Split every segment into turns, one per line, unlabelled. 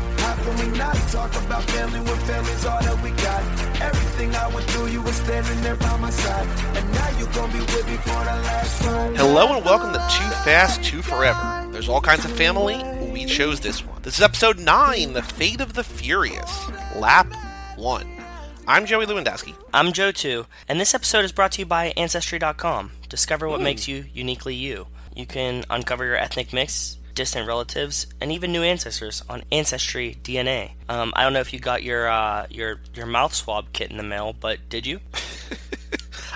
we not? Talk about family when family's all that we got. Everything I went through, you were standing there by my side. And now you gon' be with me for the last time.
Hello and welcome to Too Fast, Too Forever. There's all kinds of family. We chose this one. This is episode 9 The Fate of the Furious, Lap 1. I'm Joey Lewandowski.
I'm Joe too, and this episode is brought to you by Ancestry.com. Discover
Hmm.
what makes you uniquely you. You can uncover your ethnic mix, distant relatives, and even new ancestors on Ancestry DNA. Um, I don't know if you got your uh, your your mouth swab kit in the mail, but did you?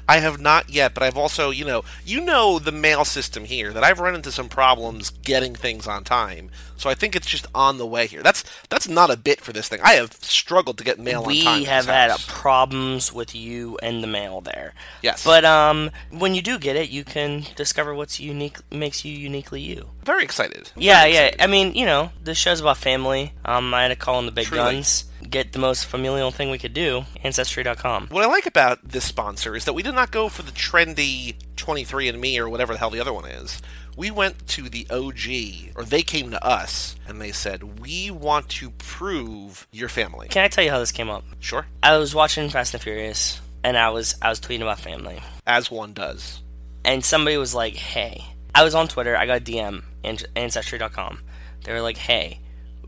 I have not yet, but I've also, you know, you know the mail system here that I've run into some problems getting things on time. So I think it's just on the way here. That's that's not a bit for this thing. I have struggled to get mail
we
on time. at this
have had
house.
problems with you and the mail there.
Yes.
But um, when you do get it, you can discover what's unique makes you uniquely you.
very excited.
Yeah, yeah. I mean, you know, this show's about family. Um, I had to call in the big
Truly.
guns. Get the most familial thing we could do, Ancestry.com.
What I like about this sponsor is that we did not go for the trendy 23andMe or whatever the hell the other one is. We went to the OG, or they came to us, and they said, We want to prove your family.
Can I tell you how this came up?
Sure.
I was watching Fast and Furious, and I was I was tweeting about family,
As one does.
and somebody was like, "Hey," I was on Twitter. I got a DM An- Ancestry.com. They were like, "Hey,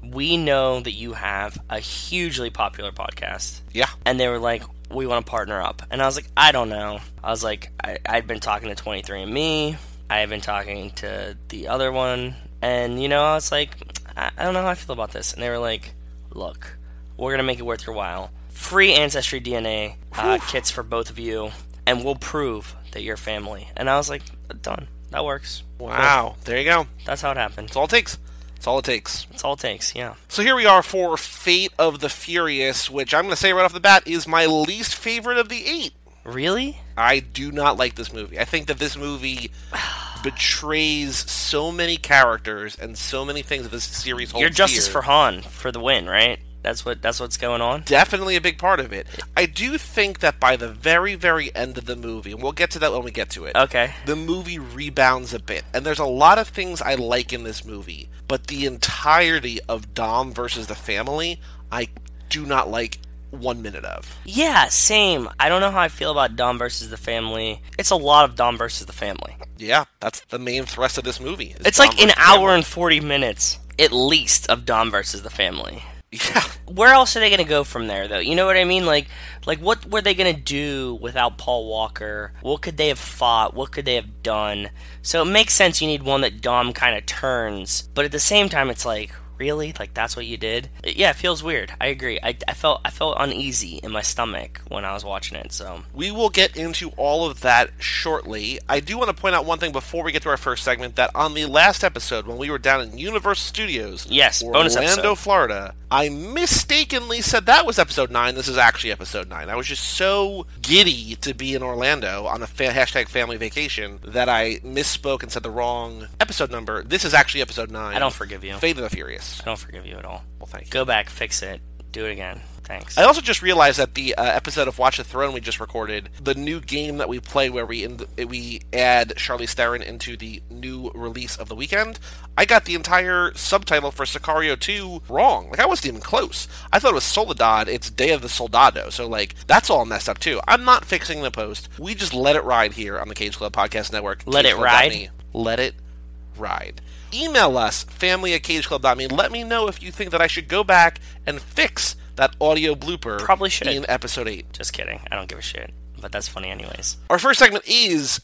we know that you have a hugely popular podcast.
Yeah.
and they were like, "We want to partner up." And I was like, "I don't know." I was like, I, "I'd been talking to 23andMe. I had been talking to the other one, and you know, I was like, I, I don't know how I feel about this." And they were like, "Look, we're gonna make it worth your while. Free ancestry DNA uh, kits for both of you, and we'll prove that you're family." And I was like, "Done. That works.
Wow. There you go.
That's how it happened.
That's all it takes. That's all it takes.
That's all it takes." Yeah.
So here we are for Fate of the Furious, which I'm going to say right off the bat is my least favorite of the eight.
Really?
I do not like this movie. I think that this movie betrays so many characters and so many things that this series holds.
You're justice
dear.
for Han for the win, right? That's what. That's what's going on.
definitely a big part of it. I do think that by the very, very end of the movie, and we'll get to that when we get to it.
Okay.
The movie rebounds a bit, and there's a lot of things I like in this movie, but the entirety of Dom versus the family, I do not like one minute of.
Yeah, same. I don't know how I feel about Dom versus the family. It's a lot of Dom versus the family.
Yeah, that's the main thrust of this movie. is
It's
Dom
like an
versus the
hour
family.
and 40 minutes, at least, of Dom versus the family.
Yeah,
Where else are they going to go from there, though? You know what I mean? Like, like what were they going to do without Paul Walker? What could they have fought? What could they have done? So it makes sense you need one that Dom kind of turns, but at the same time, it's like, really? Like that's what you did? Yeah, it feels weird. I agree. I, I felt I felt uneasy in my stomach when I was watching it. So
We will get into all of that shortly. I do want to point out one thing before we get to our first segment that on the last episode, when we were down in Universal Studios,
Yes, bonus
Orlando,
episode.
Florida, I mistakenly said that was episode 9. This is actually episode 9. I was just so giddy to be in Orlando on a fa- hashtag family vacation that I misspoke and said the wrong episode number. This is actually episode 9.
I don't forgive you.
Fate of the Furious.
I don't forgive you at all.
Well, thank you.
Go back, fix it, do it again. Thanks.
I also just realized that the uh, episode of Watch the Throne we just recorded, the new game that we play where we in we add Charlize Theron into the new release of the weekend, I got the entire subtitle for Sicario 2 wrong. Like I wasn't even close. I thought it was Soledad. It's Day of the Soldado. So like that's all messed up too. I'm not fixing the post. We just let it ride here on the Cage Club Podcast Network.
Let it
CageClub.me. Let it ride. Email us, family at cageclub.me. Let me know if you think that I should go back and fix that audio blooper
Probably should.
in episode 8.
Just kidding. I don't give a shit. But that's funny, anyways.
Our first segment is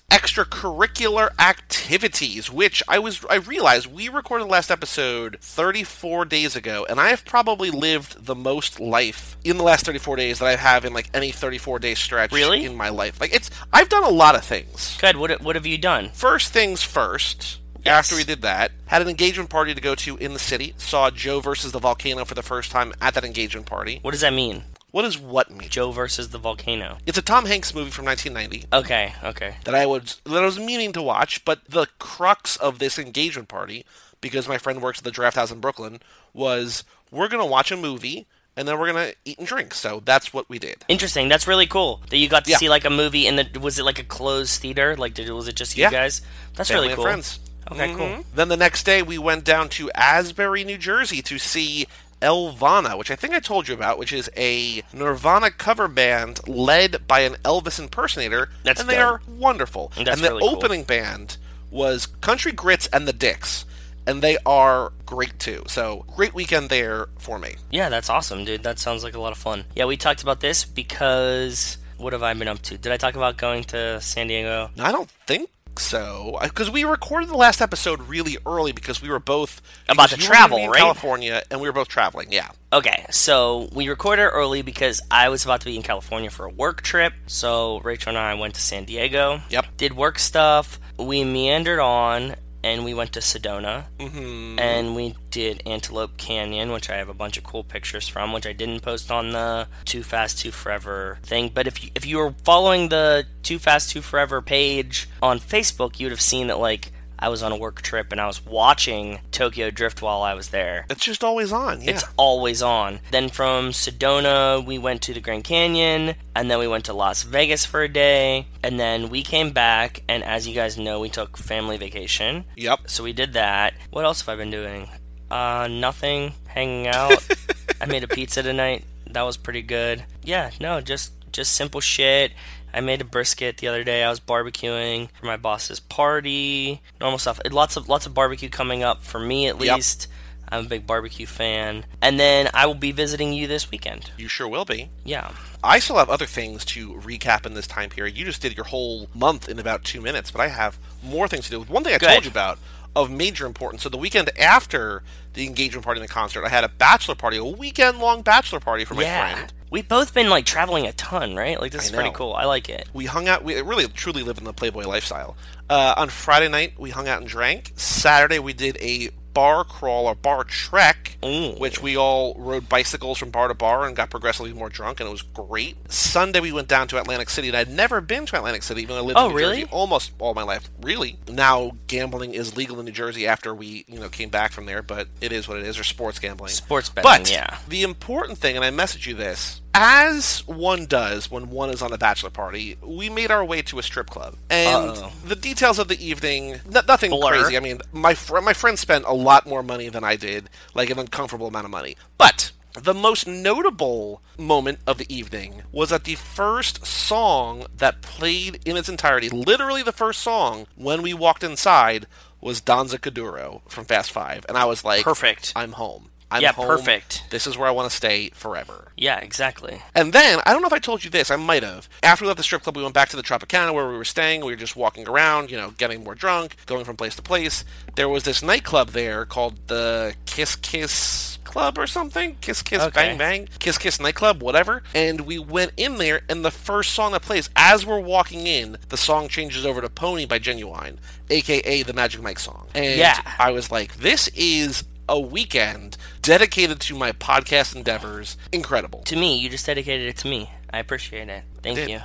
extracurricular activities, which I was I realized we recorded the last episode 34 days ago, and I have probably lived the most life in the last 34 days that I have in like any 34 day stretch
Really?
in my life. Like it's I've done a lot of things.
Good. What What have you done?
First things first. After we did that, had an engagement party to go to in the city. Saw Joe versus the volcano for the first time at that engagement party.
What does that mean?
What is what mean?
Joe versus the volcano.
It's a Tom Hanks movie from 1990
Okay. Okay.
that I would that I was meaning to watch, but the crux of this engagement party, because my friend works at the Draft House in Brooklyn, was we're gonna watch a movie and then we're gonna eat and drink. So that's what we did.
Interesting. That's really cool that you got to
Yeah.
see like a movie in the. Was it like a closed theater? Like, did, was it just you
Yeah.
guys? That's
Family
really
and
cool.
friends. Mm-hmm.
Okay. Cool.
Then the next day we went down to Asbury, New Jersey to see Elvana, which I think I told you about, which is a Nirvana cover band led by an Elvis impersonator.
That's
and they
dope.
are wonderful.
That's
and the
really cool.
opening band was Country Grits and the Dicks, and they are great too. So great weekend there for me.
Yeah, that's awesome, dude. That sounds like a lot of fun. Yeah, we talked about this because what have I been up to? Did I talk about going to San Diego?
I don't think so because we recorded the last episode really early because we were both
About to
because you were
travel,
in
right?
California, and we were both traveling. Yeah.
Okay, so we recorded early because I was about to be in California for a work trip. So Rachel and I went to San Diego.
Yep.
Did work stuff. We meandered on and we went to Sedona.
Mm-hmm.
and we did Antelope Canyon, which I have a bunch of cool pictures from, which I didn't post on the Too Fast Too Forever thing. But if you, if you were following the Too Fast Too Forever page on Facebook, you would have seen that like I was on a work trip and I was watching Tokyo Drift while I was there.
It's just always on. Yeah.
It's always on. Then from Sedona, we went to the Grand Canyon, and then we went to Las Vegas for a day, and then we came back. And as you guys know, we took family vacation.
yep.
So we did that. What else have I been doing? Uh, nothing. Hanging out. I made a pizza tonight. That was pretty good. Yeah, no, just just simple shit. I made a brisket the other day. I was barbecuing for my boss's party. Normal stuff. Lots of lots of barbecue coming up for me at
Yep.
least. I'm a big barbecue fan. And then I will be visiting you this weekend.
You sure will be.
Yeah.
I still have other things to recap in this time period. You just did your whole month in about two minutes, but I have more things to do. One thing I
Good.
told you about of major importance. So the weekend after the engagement party and the concert, I had a bachelor party, a weekend long bachelor party for my
yeah.
friend.
We've both been like traveling a ton, right? Like this is pretty
know.
cool. I like it.
We hung out. We really truly lived in the Playboy lifestyle. Uh, on Friday night, we hung out and drank. Saturday, we did a bar crawl or bar trek,
Ooh.
which we all rode bicycles from bar to bar and got progressively more drunk, and it was great. Sunday, we went down to Atlantic City, and I'd never been to Atlantic City, even though I lived
Oh,
in New
really?
Jersey almost all my life. Really, now gambling is legal in New Jersey after we you know came back from there, but it is what it is, or sports gambling.
Sports betting,
But
yeah.
the important thing, and I message you this, as one does when one is on a bachelor party, we made our way to a strip club, and
Uh-oh.
the details of the evening, no, nothing
Blur.
crazy. I mean, my fr- my friend spent a lot more money than I did, like an uncomfortable amount of money, but. The most notable moment of the evening was that the first song that played in its entirety, literally the first song when we walked inside, was Danza Caduro from Fast Five. And I was like,
Perfect.
I'm home. I'm
Yeah,
home.
perfect.
This is where I want to stay forever.
Yeah, exactly.
And then, I don't know if I told you this, I might have. After we left the strip club, we went back to the Tropicana where we were staying. We were just walking around, you know, getting more drunk, going from place to place. There was this nightclub there called the Kiss Kiss Club or something. Kiss Kiss
Okay.
Bang Bang. Kiss Kiss Nightclub, whatever. And we went in there, and the first song that plays, as we're walking in, the song changes over to Pony by Genuine, aka the Magic Mike song. And
Yeah.
I was like, this is a weekend dedicated to my podcast endeavors. Incredible.
to me. You just dedicated it to me. I appreciate it. Thank
did.
you.
and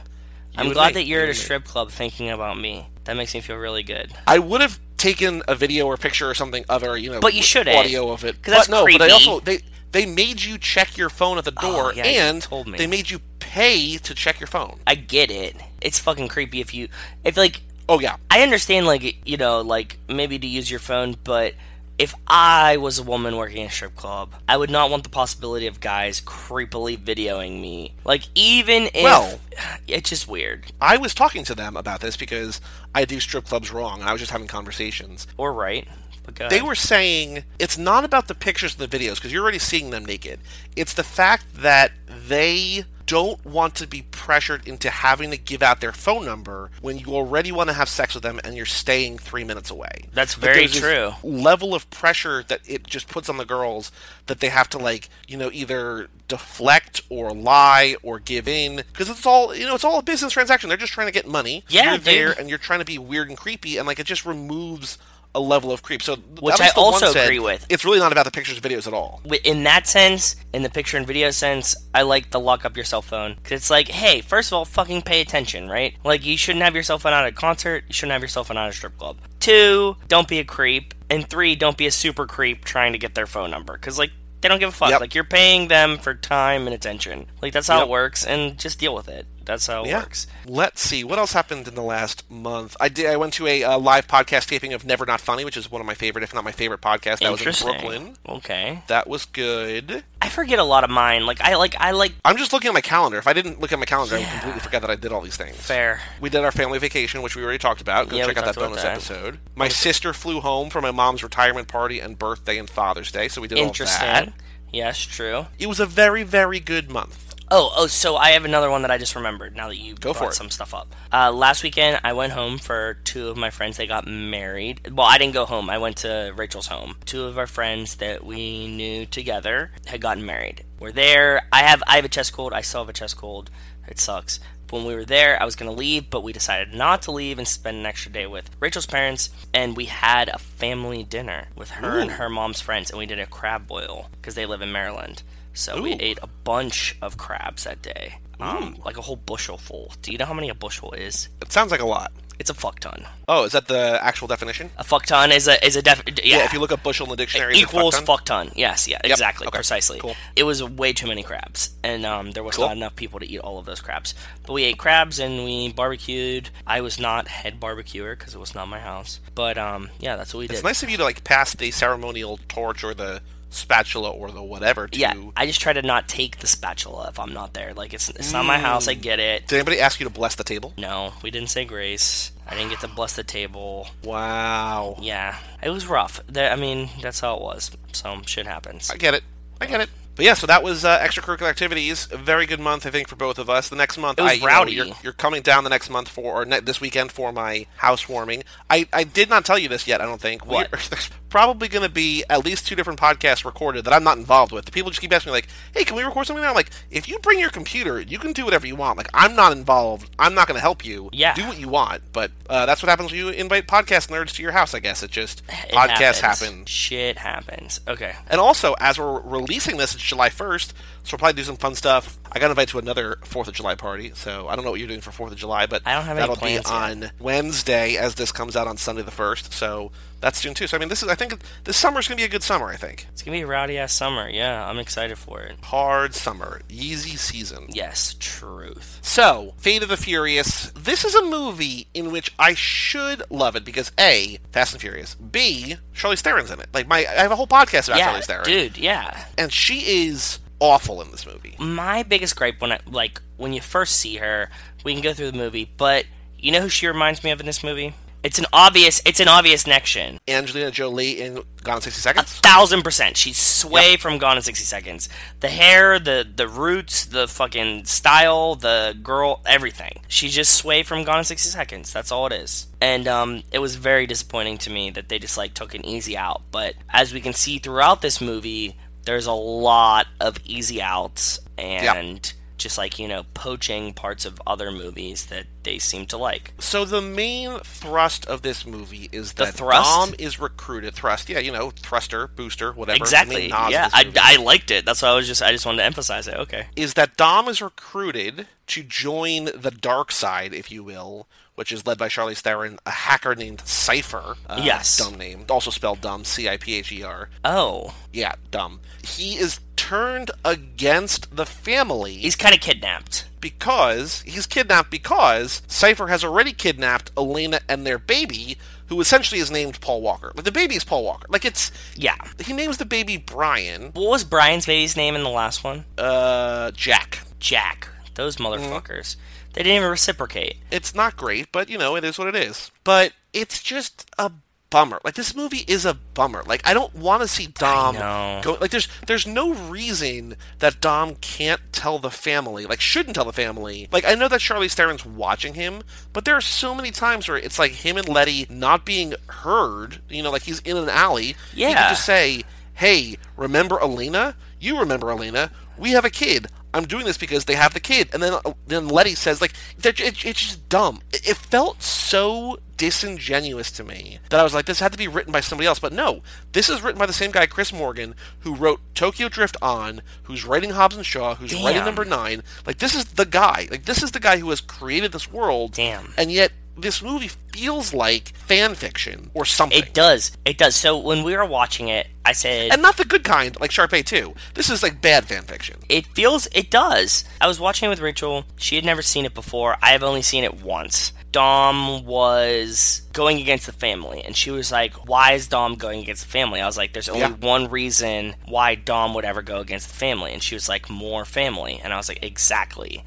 I'm
me.
glad that you're
You
at a
and me.
strip club thinking about me. That makes me feel really good.
I would have taken a video or picture or something of or you know,
But you shouldn't.
audio of it.
'Cause that's
But no, but I
creepy. Oh,
also they they made you check your phone at the door,
yeah, you
and
told me.
they made you pay to check your phone.
I get it. It's fucking creepy if you if like
Oh yeah,
I understand like you know like maybe to use your phone, but if I was a woman working in a strip club, I would not want the possibility of guys creepily videoing me. Like even if
Well-
it's just weird
I was talking to them about this because I do strip clubs wrong, and I was just having conversations.
or right. But go
They
ahead.
were saying it's not about the pictures and the videos because you're already seeing them naked. It's the fact that they don't want to be pressured into having to give out their phone number when you already want to have sex with them and you're staying three minutes away.
That's
But
very
there's this
true.
Level of pressure that it just puts on the girls that they have to like, you know, either deflect or lie or give in because it's all you know, it's all a business transaction. They're just trying to get money.
Yeah,
you're there
dude.
and you're trying to be weird and creepy, and like it just removes a level of creep. So th-
Which
that was
I
the one
also
said,
agree with.
It's really not about the pictures, and videos at all.
Wi- in that sense, in the picture and video sense, I like the lock up your cell phone. 'Cause it's like, hey, first of all, fucking pay attention, right? Like, you shouldn't have your cell phone out at a concert. You shouldn't have your cell phone out at a strip club. Two, don't be a creep. And three, don't be a super creep trying to get their phone number. Because, like, they don't give a fuck.
Yep.
Like, you're paying them for time and attention. Like, that's how
Yep.
it works, and just deal with it. That's how it
Yeah.
works.
Let's see what else happened in the last month. I did. I went to a uh, live podcast taping of Never Not Funny, which is one of my favorite, if not my favorite podcast. That was in
Interesting.
Brooklyn.
Okay.
That was good.
I forget a lot of mine. Like I like I like
I'm just looking at my calendar. If I didn't look at my calendar, I
Yeah.
would completely forget that I did all these things.
fair.
We did our family vacation, which we already talked about. Go
Yeah, we
check out that
talked about
bonus
that.
episode. My sister flew home for my mom's retirement party and birthday and Father's Day, so we did all of that.
Interesting. Yes, true.
It was a very, very good month.
Oh, oh, so I have another one that I just remembered now that you
Go
brought
for it.
some stuff up. Uh, last weekend, I went home for two of my friends. They got married. Well, I didn't go home. I went to Rachel's home. Two of our friends that we knew together had gotten married. We're there. I have I have a chest cold. I still have a chest cold. It sucks. When we were there, I was going to leave, but we decided not to leave and spend an extra day with Rachel's parents. And we had a family dinner with her and her mom's friends, and we did a crab boil because they live in Maryland. So we
Ooh.
ate a bunch of crabs that day. Um, like a whole bushel full. Do you know how many a bushel is?
It sounds like a lot.
It's a fuck ton.
Oh, is that the actual definition?
A fuck ton is a is a def. Uh, Yeah,
Yeah. if you look up bushel in the dictionary, it's a
equals
fuck ton.
fuck ton. Yes, yeah, exactly,
okay,
precisely.
cool.
It was way too many crabs, and um, there was
Cool.
not enough people to eat all of those crabs. But we ate crabs and we barbecued. I was not head barbecuer because it was not my house. But um, yeah, that's what we did.
It's nice of you to like pass the ceremonial torch or the spatula or the whatever to.
Yeah, I just try to not take the spatula if I'm not there. Like it's it's not my house.
Mm.
I get it.
Did anybody ask you to bless the table?
No, we didn't say grace. I didn't get to bless the table.
Wow.
Yeah, it was rough. That, I mean, that's how it was. So shit happens.
I get it. I get it. But yeah, so that was uh, extracurricular activities. A very good month, I think, for both of us. The next month,
was
I, you know,
rowdy.
you're, you're coming down the next month for, or ne- this weekend for my housewarming. I, I did not tell you this yet. I don't think. We-
What?
there's probably going to be at least two different podcasts recorded that I'm not involved with. People just keep asking me like, "Hey, can we record something?" Now? I'm like, if you bring your computer, you can do whatever you want. Like, I'm not involved. I'm not going to help you.
Yeah.
do what you want. But uh, that's what happens when you invite podcast nerds to your house. I guess it just
It
podcasts
happens.
happen.
Shit happens. Okay.
And also, as we're releasing this, it's July 1st, so we'll probably do some fun stuff. I got invited to another 4th of July party, so I don't know what you're doing for 4th of July, but
I don't have any
that'll be
plans yet.
on Wednesday as this comes out on Sunday the 1st, so that's soon too. So, I mean, this is, I think, this summer's going to be a good summer, I think.
It's gonna be a rowdy ass summer. Yeah, I'm excited for it.
Hard summer, Yeezy season.
Yes, truth.
So, Fate of the Furious. This is a movie in which I should love it because A, Fast and Furious. B, Charlize Theron's in it. Like my, I have a whole podcast about
yeah,
Charlize Theron,
dude. Yeah.
and she is awful in this movie.
My biggest gripe when I like when you first see her, we can go through the movie, but you know who she reminds me of in this movie? It's an obvious. It's an obvious connection.
Angelina Jolie in Gone in 60 Seconds?
thousand percent. She's sway from Gone in sixty seconds. The hair, the the roots, the fucking style, the girl, everything. She's just sway from Gone in sixty seconds. That's all it is. And um, it was very disappointing to me that they just like took an easy out. But as we can see throughout this movie, there's a lot of easy outs and. Just like, you know, poaching parts of other movies that they seem to like.
So the main thrust of this movie is that
thrust?
Dom is recruited. Thrust, yeah, you know, thruster, booster, whatever. the main
Exactly.
nod of
Yeah,
this
I,
movie
I liked it. That's why I was just, I just wanted to emphasize it. Okay.
Is that Dom is recruited to join the dark side, if you will, which is led by Charlize Theron, a hacker named Cipher. Uh,
Yes.
Dumb name. Also spelled dumb, C I P H E R.
Oh.
Yeah, dumb. He is turned against the family.
He's kind of kidnapped.
because he's kidnapped because Cypher has already kidnapped Elena and their baby, who essentially is named Paul Walker. Like the baby is Paul Walker. Like it's
Yeah.
he names the baby Brian,
What was Brian's baby's name in the last one?
uh Jack.
Jack. Those motherfuckers. They didn't even reciprocate.
It's not great, but you know, it is what it is. But it's just a bummer. Like this movie is a bummer. Like I don't want to see Dom
know.
go like there's there's no reason that Dom can't tell the family, like shouldn't tell the family. Like I know that Charlize Theron's watching him, but there are so many times where it's like him and Letty not being heard, you know, like he's in an alley. He
Yeah.
can just say, "Hey, remember Elena? You remember Elena? We have a kid." I'm doing this because they have the kid, and then then Letty says like they're- it, it's just dumb. It, it felt so disingenuous to me that I was like, this had to be written by somebody else. But no, this is written by the same guy, Chris Morgan, who wrote Tokyo Drift on, who's writing Hobbs and Shaw, who's writing
Damn.
Number Nine. Like this is the guy. Like this is the guy who has created this world.
Damn.
And yet this movie feels like fan fiction or something.
It does. It does. So when we were watching it, I said,
and not the good kind, like Sharpay 2. This is like bad fan fiction.
it feels it does i was watching it with rachel she had never seen it before i have only seen it once dom was going against the family and she was like why is dom going against the family i was like there's only
Yeah.
one reason why dom would ever go against the family and she was like more family and i was like exactly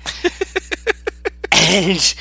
and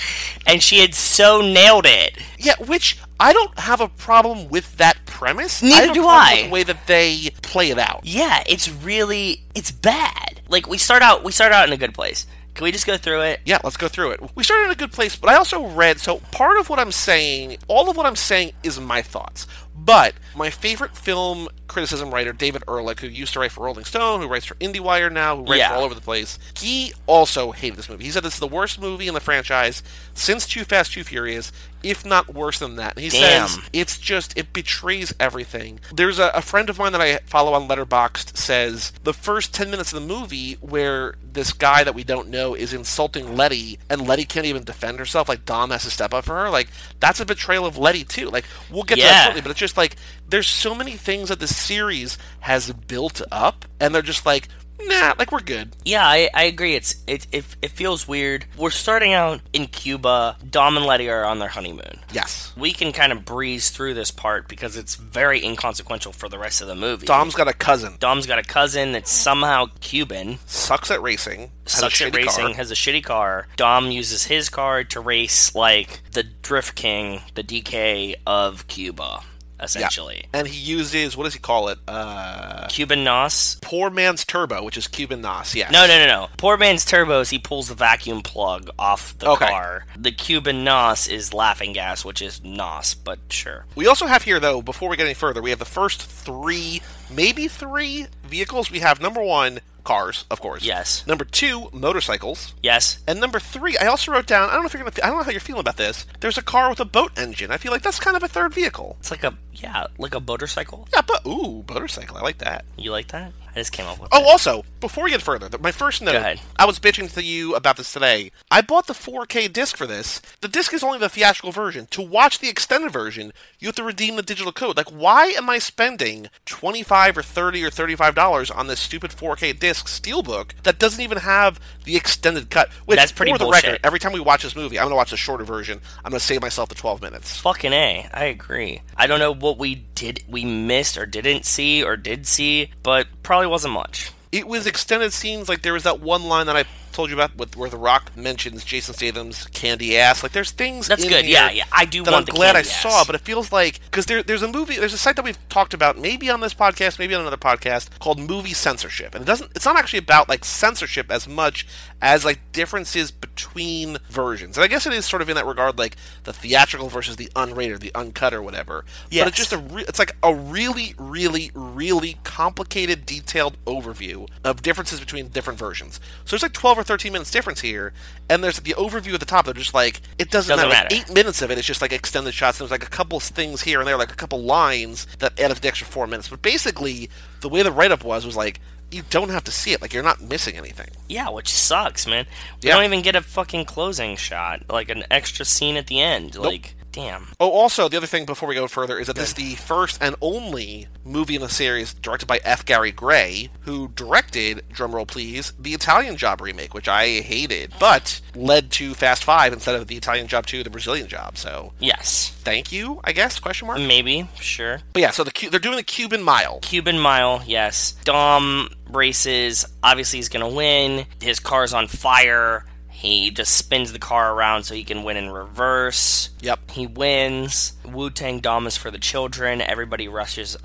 and she had so nailed it
Yeah, which I don't have a problem with that premise.
Neither
have a
do
problem With
I.
the way that they play it out.
yeah it's really it's bad like we start out we start out in a good place can we just go through it
Yeah, let's go through it. We started in a good place, but I also read. So part of what I'm saying, all of what I'm saying, is my thoughts. But my favorite film criticism writer, David Ehrlich, who used to write for Rolling Stone, who writes for IndieWire now, who writes
Yeah.
for all over the place, he also hated this movie. He said this is the worst movie in the franchise since Too Fast, Too Furious, if not worse than that. And he
Damn.
says it's just it betrays everything. There's a, a friend of mine that I follow on Letterboxd says the first ten minutes of the movie where this guy that we don't know is insulting Letty and Letty can't even defend herself, like Dom has to step up for her, like that's a betrayal of Letty too. Like we'll get to that
Yeah.
shortly, but it's just like there's so many things that the series has built up and they're just like, nah, like we're good.
Yeah, I, I agree. It's it, it it feels weird. We're starting out in Cuba. Dom and Letty are on their honeymoon.
Yes.
We can kind of breeze through this part because it's very inconsequential for the rest of the movie.
Dom's got a cousin,
Dom's got a cousin that's somehow Cuban,
sucks at racing, has a
sucks at
shitty
racing,
car.
has a shitty car. Dom uses his car to race like the Drift King, the DK of Cuba, essentially.
and he uses what does he call it? Uh,
Cuban Nos.
poor man's turbo, which is Cuban Nos. Yes.
No, no, no, no. Poor man's turbos, he pulls the vacuum plug off the
Okay.
car. The Cuban NOS is laughing gas, which is NOS, but sure.
We also have here though. Before we get any further, we have the first three, maybe three vehicles. We have number one cars, of course.
Yes.
Number two motorcycles.
Yes?
And number three, I also wrote down. I don't know if you're gonna. I don't know how you're feeling about this. There's a car with a boat engine. I feel like that's kind of a third vehicle.
It's like a, yeah, like a motorcycle.
Yeah, but ooh, motorcycle. I like that.
You like that? I just came up with
Oh,
it.
also, before we get further, th- my first note.
ahead.
I was bitching to you about this today. I bought the 4K disc for this. The disc is only the theatrical version. To watch the extended version, you have to redeem the digital code. Like, why am I spending 25 or 30 or 35 dollars on this stupid 4K disc steelbook that doesn't even have the extended cut? Which,
That's pretty
for the
bullshit.
record, every time we watch this movie, I'm going to watch the shorter version. I'm going to save myself the 12 minutes.
Fucking A. I agree. I don't know what we did, we missed or didn't see or did see, but probably wasn't much.
It was extended scenes. Like there was that one line that I told you about, with, where The Rock mentions Jason Statham's candy ass. Like there's things.
That's
in
good.
here
Yeah, yeah. I do
That
want
I'm
the
glad I
candy ass.
saw, but it feels like because there, there's a movie, there's a site that we've talked about, maybe on this podcast, maybe on another podcast, called Movie Censorship, and it doesn't. It's not actually about like censorship as much as like differences between versions. And I guess it is sort of in that regard, like the theatrical versus the unrated, the uncut, or whatever. But it's
Yes.
just a re- it's like a really, really, really complicated, detailed overview of differences between different versions. So there's like 12 or 13 minutes difference here, and there's the overview at the top. They're just like, it doesn't, matter.
Doesn't
Like,
matter.
Eight minutes of it is just like extended shots. There's like a couple things here and there, like a couple lines that add up to the extra four minutes. But basically, the way the write up was was like, you don't have to see it. Like you're not missing anything.
Yeah, which sucks, man. We
Yeah.
don't even get a fucking closing shot, like an extra scene at the end. Like, damn.
Oh, also, the other thing before we go further is that this is the first and only movie in the series directed by F. Gary Gray, who directed, drumroll please, the Italian Job remake, which I hated, but led to Fast Five instead of the Italian Job 2, the Brazilian Job. So,
Yes.
thank you, I guess, question mark?
Maybe, sure.
But yeah, so the Cu- they're doing the Cuban Mile.
Cuban Mile, yes. Dom races. Obviously, he's going to win. His car's on fire. He just spins the car around so he can win in reverse.
Yep.
He wins. Wu Tang Dom is for the children. Everybody rushes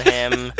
him.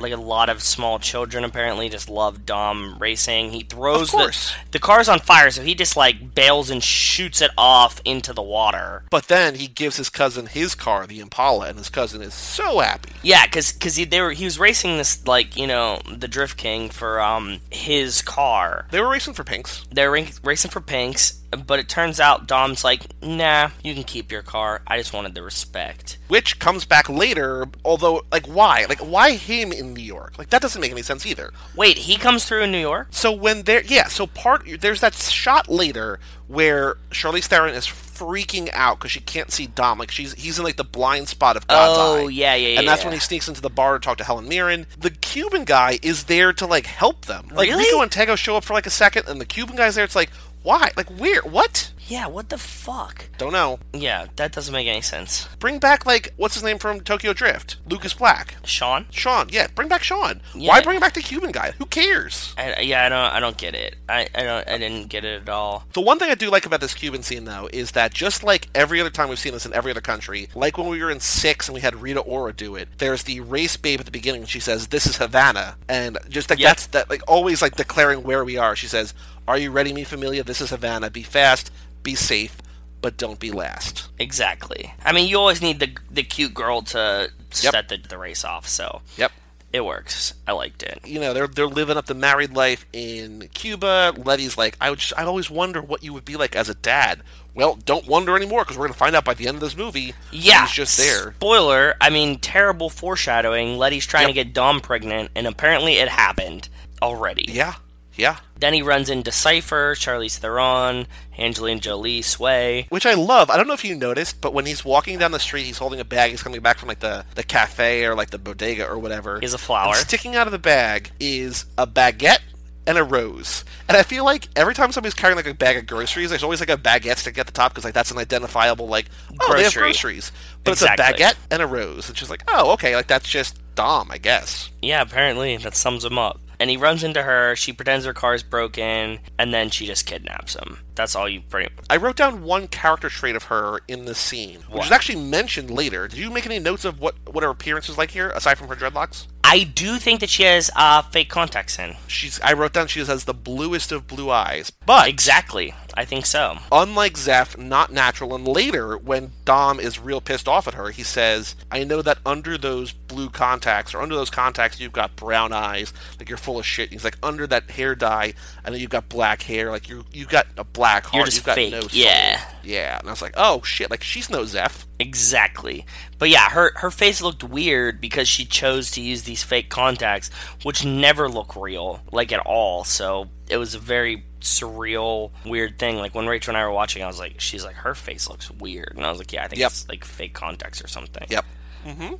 like a lot of small children apparently just love Dom racing. He throws
Of course.
the the car's on fire, so he just like bails and shoots it off into the water.
But then he gives his cousin his car, the Impala, and his cousin is so happy.
Yeah, because he they were he was racing this like you know the Drift King for um his car.
They were racing for pinks.
They're ra- racing for Pinks. But it turns out Dom's like, nah, you can keep your car. I just wanted the respect.
which comes back later. Although, like, why? Like, why him in New York? Like, that doesn't make any sense either.
Wait, he comes through in New York?
So when there, yeah, so part there's that shot later where Charlize Theron is freaking out because she can't see Dom. Like she's he's in like the blind spot of God's eye.
Oh, yeah, yeah, yeah.
and that's when he sneaks into the bar to talk to Helen Mirren. The Cuban guy is there to like help them. Like
Really?
Rico and Tego show up for like a second, and the Cuban guy's there. It's like why? Like where? What?
Yeah, what the fuck?
Don't know.
Yeah, that doesn't make any sense.
Bring back like what's his name from Tokyo Drift? Lucas Black.
Sean?
Sean, yeah, bring back Sean.
Yeah.
Why bring back the Cuban guy? Who cares?
I, yeah, I don't, I don't get it. I, I don't, I didn't get it at all.
The one thing I do like about this Cuban scene, though, is that just like every other time we've seen this in every other country, like when we were in Six and we had Rita Ora do it, there's the race babe at the beginning. She says, This is Havana. And just like
Yeah.
that's that, like always like declaring where we are. She says, Are you ready, me familia? This is Havana. Be fast, be safe, but don't be last.
Exactly. I mean, you always need the the cute girl to set the, the race off. So
Yep.
it works. I liked it.
You know, they're they're living up the married life in Cuba. Letty's like, I would just, I always wonder what you would be like as a dad. Well, don't wonder anymore because we're gonna find out by the end of this movie.
Yeah.
he's just there.
Spoiler. I mean, terrible foreshadowing. Letty's trying to get Dom pregnant, and apparently it happened already.
Yeah, yeah.
Then he runs into Cypher, Charlize Theron, Angelina Jolie, Sway.
Which I love. I don't know if you noticed, but when he's walking down the street, he's holding a bag. He's coming back from like the, the cafe or like the bodega or whatever.
He's a flower.
And sticking out of the bag is a baguette and a rose. And I feel like every time somebody's carrying like a bag of groceries, there's always like a baguette sticking at the top because like that's an identifiable like oh they have
Grocery.
groceries. But it's a
Exactly.
baguette and a rose, and she's like oh okay like that's just Dom I guess.
Yeah, apparently that sums him up. And he runs into her. She pretends her car's broken, and then she just kidnaps him. That's all you pretty.
I wrote down one character trait of her in the scene, which is actually mentioned later. Did you make any notes of what, what her appearance is like here, aside from her dreadlocks?
I do think that she has uh, fake contacts in.
She's I wrote down she has the bluest of blue eyes, but
Exactly. I think so.
unlike Zeph, not natural. And later, when Dom is real pissed off at her, he says, "I know that under those blue contacts or under those contacts, you've got brown eyes, like you're full of shit." He's like, "Under that hair dye, I know you've got black hair, like you you got a black heart,
You're just
have got
fake.
no soul."
yeah.
yeah." And I was like, "Oh shit!" Like she's no Zeph.
Exactly. But yeah, her her face looked weird because she chose to use these fake contacts, which never look real, like at all. So it was a very surreal, weird thing. Like when Rachel and I were watching, I was like, she's like, her face looks weird. And I was like, yeah, I think
Yep.
it's like fake contacts or something.
Yep,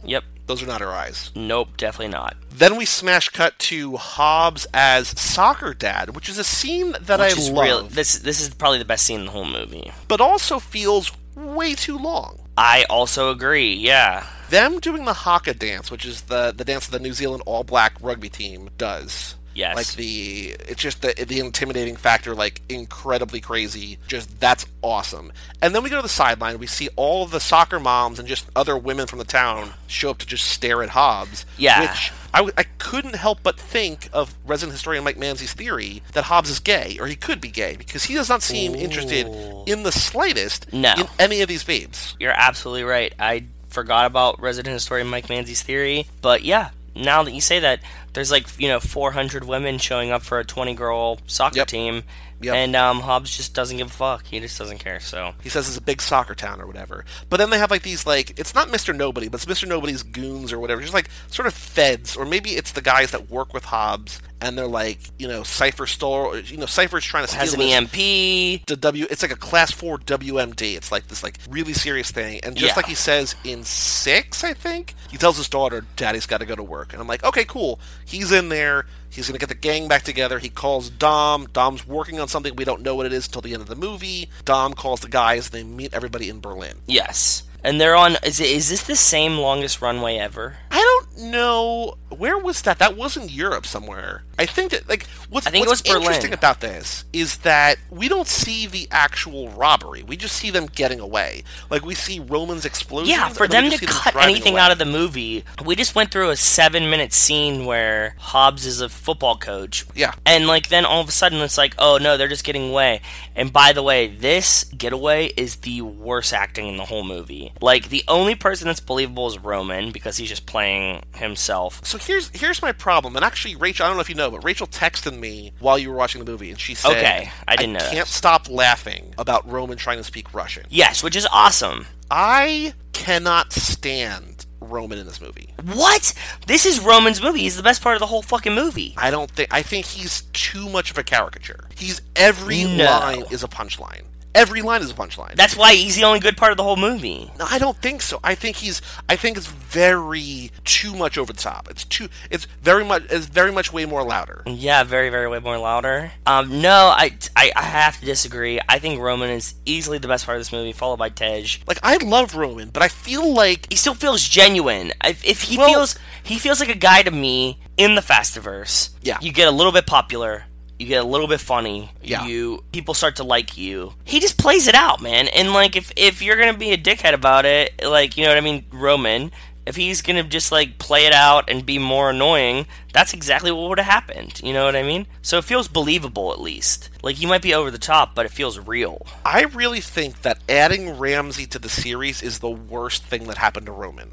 Yep.
those are not her eyes.
Nope, definitely not.
Then we smash cut to Hobbs as soccer dad, which is a scene that I
Which is
love.
real- This this is probably the best scene in the whole movie.
but also feels way too long.
I also agree. Yeah.
Them doing the Haka dance, which is the, the dance that the New Zealand All Black rugby team does.
Yes.
Like the it's just the the intimidating factor, like incredibly crazy. Just that's awesome. And then we go to the sideline, we see all of the soccer moms and just other women from the town show up to just stare at Hobbs.
Yeah.
Which I, w- I couldn't help but think of resident historian Mike Manzi's theory that Hobbs is gay, or he could be gay, because he does not seem interested in the slightest
No.
in any of these babes.
You're absolutely right. I forgot about resident historian Mike Manzi's theory, but yeah, now that you say that, there's like you know 400 women showing up for a 20 girl soccer
Yep.
team,
Yep.
and um, Hobbs just doesn't give a fuck. He just doesn't care. So
He says it's a big soccer town or whatever. But then they have like these like it's not Mr. Nobody, but it's Mr. Nobody's goons or whatever. Just like sort of feds, or maybe it's the guys that work with Hobbs and they're like, you know, Cypher stole or, you know, Cypher's trying to steal
has an E
this-
EMP.
the W it's like a class four WMD. It's like this like really serious thing. And just
Yeah.
like he says in six, I think, he tells his daughter, Daddy's gotta go to work. And I'm like, okay, cool. He's in there, he's gonna get the gang back together, he calls Dom, Dom's working on something we don't know what it is until the end of the movie. Dom calls the guys, they meet everybody in Berlin.
Yes, and they're on. Is it, is this the same longest runway ever?
I don't know where was that. That was in Europe somewhere. I think that like what's,
I think it
what's
was Berlin.
interesting about this is that we don't see the actual robbery. We just see them getting away. Like we see Roman's explosions.
Yeah,
and
for
then we
them to
just see
cut
driving
anything
away.
out of the movie, we just went through a seven minute scene where Hobbs is a football coach.
Yeah.
And like then all of a sudden it's like, oh no, they're just getting away. And by the way, this getaway is the worst acting in the whole movie. Like the only person that's believable is Roman because he's just playing himself.
So here's here's my problem, and actually, Rachel, I don't know if you know, but Rachel texted me while you were watching the movie, and she said,
Okay, I didn't know that.
can't stop laughing about Roman trying to speak Russian.
Yes, which is awesome.
I cannot stand Roman in this movie.
What? This is Roman's movie. He's the best part of the whole fucking movie.
I don't think I think he's too much of a caricature. He's every
No.
line is a punchline. Every line is a punchline.
That's why he's the only good part of the whole movie.
No, I don't think so. I think he's. I think it's very too much over the top. It's too. It's very much. It's very much way more louder.
Yeah, very, very, way more louder. Um, no, I, I, I have to disagree. I think Roman is easily the best part of this movie, followed by Tej.
Like I love Roman, but I feel like
He still feels genuine. If, if he
Well-
feels, he feels like a guy to me in the Fastiverse.
Yeah.
you get a little bit popular. You get a little bit funny.
Yeah.
You people start to like you. He just plays it out, man. And like if if you're gonna be a dickhead about it, like you know what I mean, Roman. If he's gonna just like play it out and be more annoying, that's exactly what would have happened. You know what I mean? So it feels believable at least. Like he might be over the top, but it feels real.
I really think that adding Ramsey to the series is the worst thing that happened to Roman.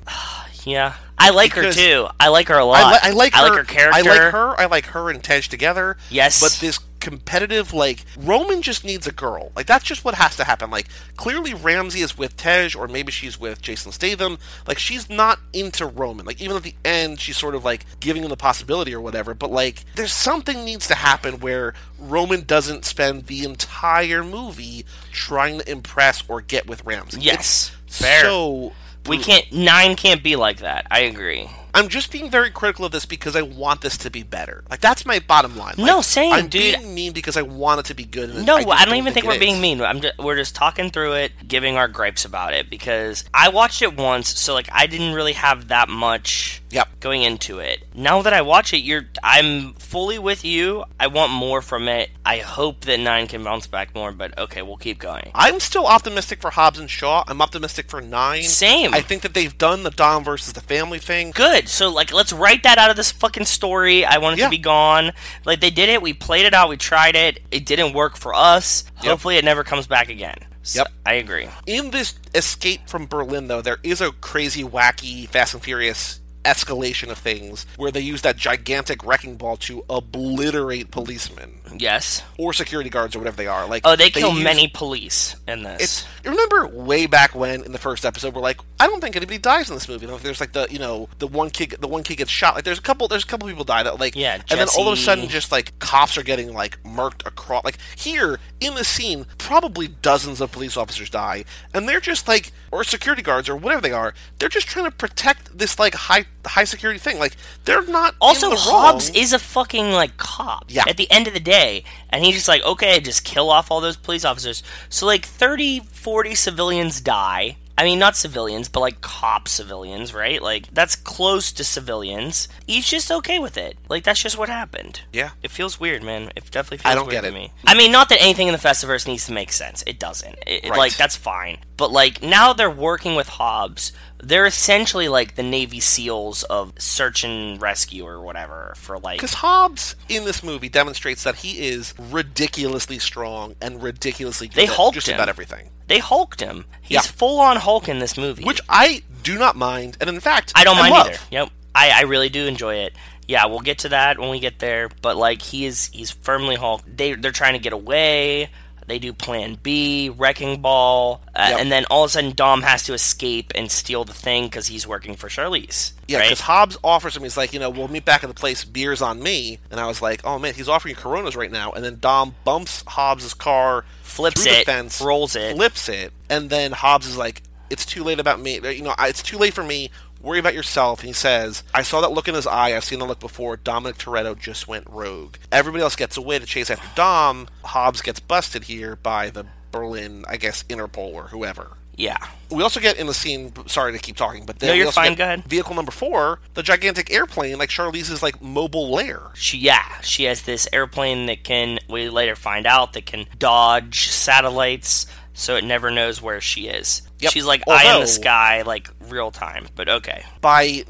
Yeah. I like
Because-
her too. I like her a lot.
I, li- I like.
I
her,
like her character.
I like her. I like her and Tej together.
Yes.
But this competitive, like Roman, just needs a girl. Like that's just what has to happen. Like clearly Ramsey is with Tej, or maybe she's with Jason Statham. Like she's not into Roman. Like even at the end, she's sort of like giving him the possibility or whatever. But like, there's something needs to happen where Roman doesn't spend the entire movie trying to impress or get with Ramsey.
Yes.
It's
Fair.
So
We can't nine can't be like that. I agree.
I'm just being very critical of this because I want this to be better. Like that's my bottom line. Like,
No, same,
I'm
dude.
being mean because I want it to be good. And
No,
just
I, don't even think,
it
we're being
is.
mean. I'm just, we're just talking through it, giving our gripes about it because I watched it once, so like I didn't really have that much
Yep.
going into it. Now that I watch it, you're I'm fully with you. I want more from it. I hope that nine can bounce back more, but okay, we'll keep going.
I'm still optimistic for Hobbs and Shaw. I'm optimistic for Nine.
Same.
I think that they've done the Dom versus the family thing.
Good. So like let's write that out of this fucking story. I want it
Yeah.
to be gone. Like they did it, we played it out, we tried it. It didn't work for us.
Yep.
Hopefully it never comes back again. So,
Yep.
I agree.
In this escape from Berlin, though, there is a crazy, wacky, Fast and Furious escalation of things where they use that gigantic wrecking ball to obliterate policemen
Yes.
or security guards or whatever they are. Like
Oh, they, kill
use-
many police in this.
It's you remember way back when in the first episode we're like, I don't think anybody dies in this movie. Like, there's like the you know the one kid the one kid gets shot. Like there's a couple there's a couple people die that like
Yeah,
and then all of a
Jesse.
sudden just like cops are getting like murked across like here in the scene probably dozens of police officers die and they're just like or security guards or whatever they are they're just trying to protect this like high high security thing like they're not in
also
the
Hobbs
wrong.
is a fucking like cop
Yeah.
at the end of the day and he's just like okay, just kill off all those police officers. So like 30 40 civilians die. I mean not civilians, but like cop civilians, right? Like that's close to civilians. He's just okay with it. Like that's just what happened.
Yeah.
It feels weird, man. It definitely feels
I don't get
weird to
it.
me. I mean, not that anything in the Festiverse needs to make sense. It doesn't. It, it-
Right.
Like that's fine. But like now they're working with Hobbs. They're essentially like the Navy SEALs of search and rescue or whatever for like.
Because Hobbs in this movie demonstrates that he is ridiculously strong and ridiculously good
They
at
hulked
just
him.
about everything.
They hulked him. He's
Yeah.
full on Hulk in this movie,
Which I do not mind, and in fact,
I don't mind
love.
either. Yep. I, I really do enjoy it. Yeah, we'll get to that when we get there. But like he is he's firmly Hulk. They they're trying to get away. They do Plan B, Wrecking Ball, uh,
Yep.
and then all of a sudden Dom has to escape and steal the thing because he's working for Charlize.
Yeah,
right?
because Hobbs offers him, he's like, you know, we'll meet back at the place, beer's on me. And I was like, oh man, he's offering you Coronas right now. And then Dom bumps Hobbs' car,
Flips
through the
it,
fence,
rolls it.
flips it, and then Hobbs is like, it's too late about me. You know, I- it's too late for me. Worry about yourself. And he says, I saw that look in his eye. I've seen the look before. Dominic Toretto just went rogue. Everybody else gets away to chase after Dom. Hobbs gets busted here by the Berlin, I guess, Interpol or whoever.
yeah.
We also get in the scene. Sorry to keep talking, but then
No,
we
you're
also
fine,
get
go ahead.
Vehicle number four, the gigantic airplane, like Charlize's like mobile lair.
She yeah, she has this airplane that can we later find out that can dodge satellites, so it never knows where she is.
Yep.
She's like eye in
Although-
the sky, like real time. But okay,
by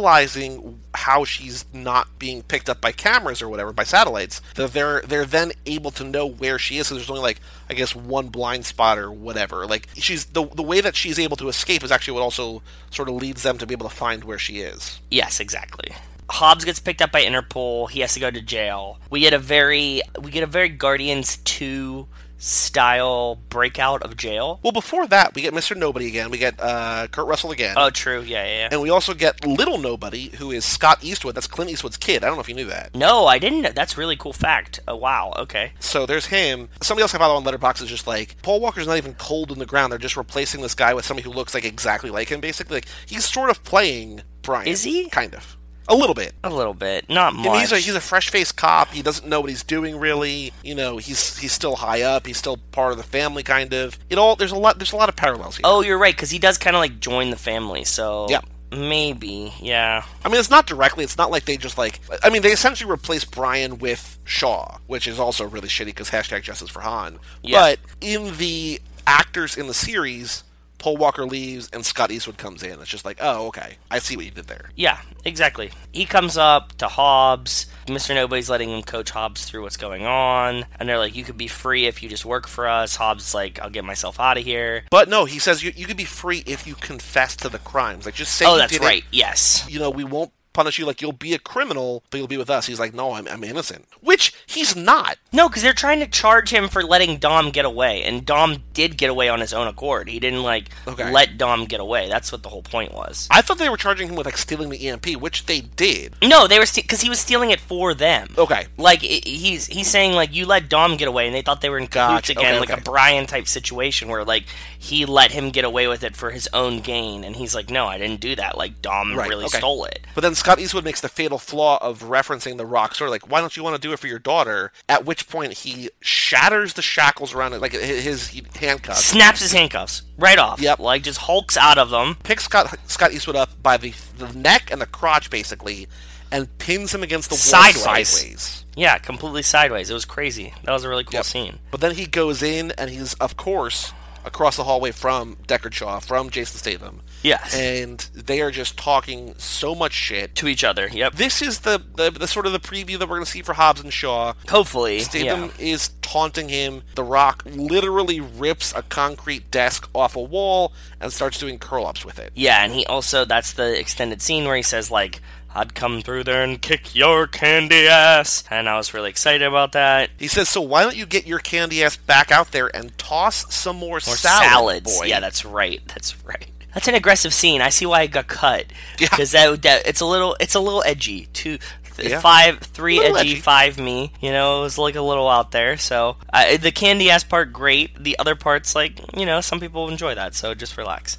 realizing how she's not being picked up by cameras or whatever by satellites that they're they're then able to know where she is so there's only like i guess one blind spot or whatever like she's the the way that she's able to escape is actually what also sort of leads them to be able to find where she is
yes, exactly. Hobbs gets picked up by Interpol. He has to go to jail. We get a very we get a very Guardians two style breakout of jail.
well before that we get mr nobody again we get uh kurt russell again
Oh, true. Yeah, yeah. yeah.
and we also get little nobody who is scott eastwood that's clint eastwood's kid i don't know if you knew that
No, I didn't. know- That's a really cool fact. Oh, wow. Okay.
So there's him. Somebody else I follow on Letterboxd is just like Paul Walker's not even cold in the ground. They're just replacing this guy with somebody who looks like exactly like him. Basically, like he's sort of playing Brian.
Is he? Oh,
Kind of, a little bit.
A little bit, not much.
I mean, he's a he's a fresh faced cop. He doesn't know what he's doing really. You know, he's he's still high up. He's still part of the family. Kind of. It all there's a lot there's a lot of parallels here.
oh, you're right, because he does kind of like join the family. So
Yeah.
maybe, yeah.
I mean, it's not directly. It's not like they just like. I mean, they essentially replaced Brian with Shaw, which is also really shitty because hashtag Justice for Han.
Yeah.
But in the actors in the series, Paul Walker leaves and Scott Eastwood comes in. It's just like, oh, okay, I see what you did there.
Yeah, exactly. He comes up to Hobbs. Mr. Nobody's letting him coach Hobbs through what's going on. And they're like, you could be free if you just work for us. Hobbs is like, I'll get myself out of here.
But no, he says you you could be free if you confess to the crimes. Like just say.
Oh,
you
that's
did it.
right. Yes.
You know, we won't punish you. Like you'll be a criminal, but you'll be with us. He's like, no, I'm I'm innocent, which he's not.
No, because they're trying to charge him for letting Dom get away. And Dom did get away on his own accord. He didn't, like,
Okay.
let Dom get away. That's what the whole point was.
I thought they were charging him with like stealing the EMP, which they did.
No, they were because he was stealing it for them.
Okay.
like i- he's he's saying like you let Dom get away, and they thought they were in cahoots
Gotcha.
again,
Okay,
like
okay.
a Brian type situation where like he let him get away with it for his own gain, and he's like, no, I didn't do that. Like Dom
Right,
really
okay.
stole it.
But then Scott Eastwood makes the fatal flaw of referencing The Rock, sort of like, why don't you want to do it for your daughter? At which point he shatters the shackles around it, like his, his he handcuffs.
Snaps his handcuffs right off.
Yep.
Like just hulks out of them.
Picks Scott, Scott Eastwood up by the, the neck and the crotch, basically, and pins him against the wall
Sideways.
sideways.
Yeah, completely sideways. It was crazy. That was a really cool scene.
But then he goes in, and he's, of course, across the hallway from Deckard Shaw, from Jason Statham.
Yes.
And they are just talking so much shit.
To each other. Yep.
This is the, the, the sort of the preview that we're going to see for Hobbs and Shaw.
Hopefully.
Statham
yeah.
is taunting him. The Rock literally rips a concrete desk off a wall and starts doing curl ups with it.
Yeah, and he also that's the extended scene where he says like I'd come through there and kick your candy ass, and I was really excited about that.
He says, "So why don't you get your candy ass back out there and toss some more,
Or
salad,
salads.
boy?"
Yeah, that's right. That's right. That's an aggressive scene. I see why it got cut. Because that, that it's a little it's a little edgy. Two, th-
Yeah.
five, three
Little
edgy,
edgy.
five me. You know, it was like a little out there. So uh, the candy ass part great. The other part's like you know some people enjoy that. So just relax.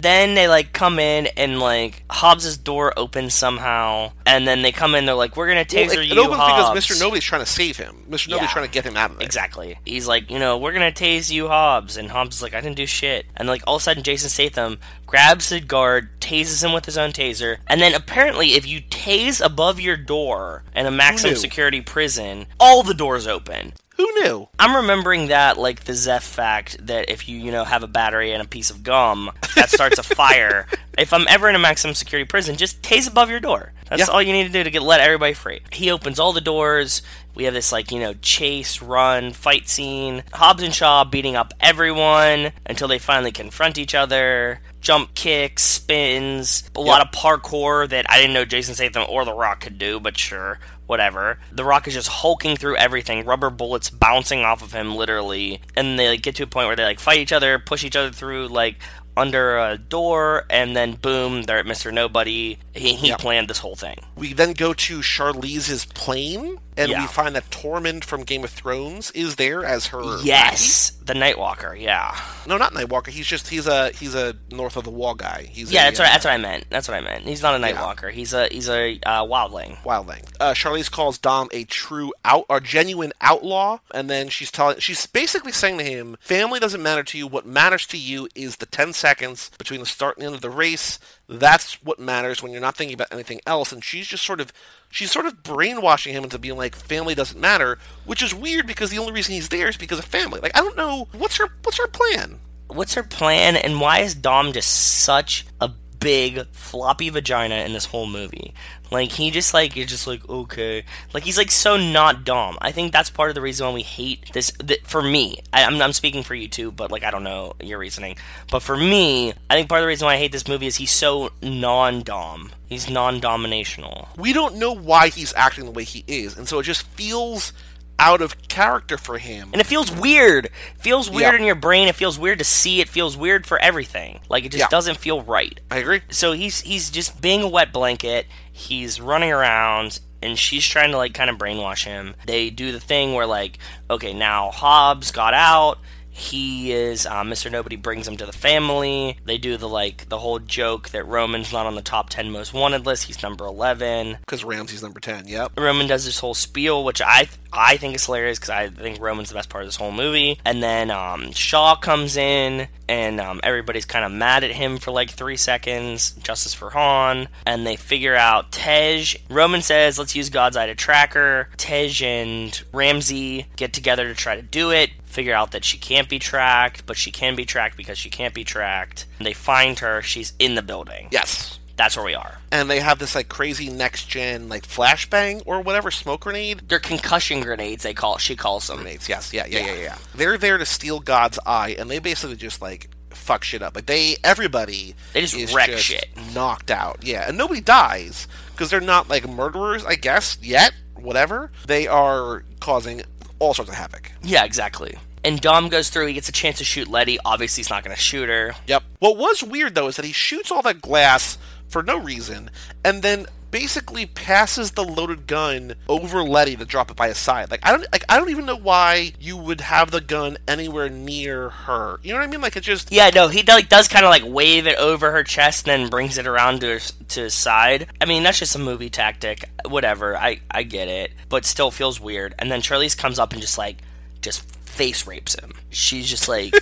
then they like come in and like Hobbs's door opens somehow, and then they come in. They're like, "We're gonna
Well,
taser
it,
you,
it opens because
Hobbs."
Mr. Nobody's trying to save him. Mr. Nobody's
Yeah.
trying to get him out of there.
Exactly. He's like, you know, we're gonna tase you, Hobbs, and Hobbs is like, I didn't do shit. And like all of a sudden, Jason Statham grabs the guard, tases him with his own taser, and then apparently, if you tase above your door in a maximum
knew?
security prison, all the doors open.
Who knew?
I'm remembering that like the Zeph fact that if you you know have a battery and a piece of gum that starts a fire. If I'm ever in a maximum security prison, just tase above your door. That's
Yeah.
all you need to do to get let everybody free. He opens all the doors. We have this like you know chase, run, fight scene. Hobbs and Shaw beating up everyone until they finally confront each other. Jump kicks, spins, a lot of parkour that I didn't know Jason Statham or The Rock could do, but sure whatever. The Rock is just hulking through everything, rubber bullets bouncing off of him, literally. And they like, get to a point where they like fight each other, push each other through like under a door, and then boom, they're at Mister Nobody. He, he planned this whole thing.
We then go to Charlize's plane, and
Yeah.
we find that Tormund from Game of Thrones is there as her.
Yes, the Nightwalker. Yeah,
no, not Nightwalker. He's just he's a he's a North of the Wall guy. He's
yeah,
a,
that's what
uh,
that's what I meant. That's what I meant. He's not a Nightwalker. He's a he's a uh, wildling.
wildling. Uh, Charlize calls Dom a true out or genuine outlaw, and then she's telling she's basically saying to him, "Family doesn't matter to you. What matters to you is the ten seconds between the start and end of the race. That's what matters when you're not thinking about anything else." And she's just sort of she's sort of brainwashing him into being like, "Family doesn't matter," which is weird because the only reason he's there is because of family. Like I don't know what's her what's her plan.
what's her plan and why is Dom just such a big floppy vagina in this whole movie? Like he just like is just like okay, like he's like so not Dom. I think that's part of the reason why we hate this. Th- for me, I, I'm I'm speaking for you too, but like I don't know your reasoning. But for me, I think part of the reason why I hate this movie is he's so non-Dom. He's non-dominational.
we don't know why he's acting the way he is, and so it just feels out of character for him.
and it feels weird. It feels weird
Yeah.
in your brain. It feels weird to see. It feels weird for everything. Like it just
Yeah.
doesn't feel right.
I agree.
So he's he's just being a wet blanket. He's running around and she's trying to like kind of brainwash him. They do the thing where like, okay, now Hobbs got out. He is uh, Mr. Nobody brings him to the family. They do the like the whole joke that Roman's not on the top ten most wanted list. He's number eleven.
Because Ramsey's number 10, yep.
Roman does this whole spiel, which I I think is hilarious because I think Roman's the best part of this whole movie. And then um, Shaw comes in, and um, everybody's kind of mad at him for like three seconds. Justice for Han, and they figure out Tej. Roman says, "Let's use God's Eye to track her." Tej and Ramsey get together to try to do it. Figure out that she can't be tracked, but she can be tracked because she can't be tracked. They find her. She's in the building.
Yes.
That's where we are.
And they have this like crazy next gen like flashbang or whatever smoke grenade.
They're concussion grenades. They call. She calls them.
Grenades, yes, yeah, yeah, yeah, yeah, yeah. They're there to steal God's eye, and they basically just like fuck shit up. Like they, everybody,
They just
is
wreck
just
shit.
knocked out. Yeah, and nobody dies because they're not like murderers, I guess yet. Whatever they are causing all sorts of havoc.
Yeah, exactly. And Dom goes through, he gets a chance to shoot Letty. Obviously, he's not going to shoot her.
Yep. What was weird though is that he shoots all that glass for no reason, and then basically passes the loaded gun over Letty to drop it by his side. Like I don't like I don't even know why you would have the gun anywhere near her. You know what I mean? Like it just
Yeah, no, he like does kind of like wave it over her chest and then brings it around to his, to his side. I mean, that's just a movie tactic. Whatever, I I get it, but still feels weird. And then Charlize comes up and just like just face rapes him. She's just like,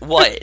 what?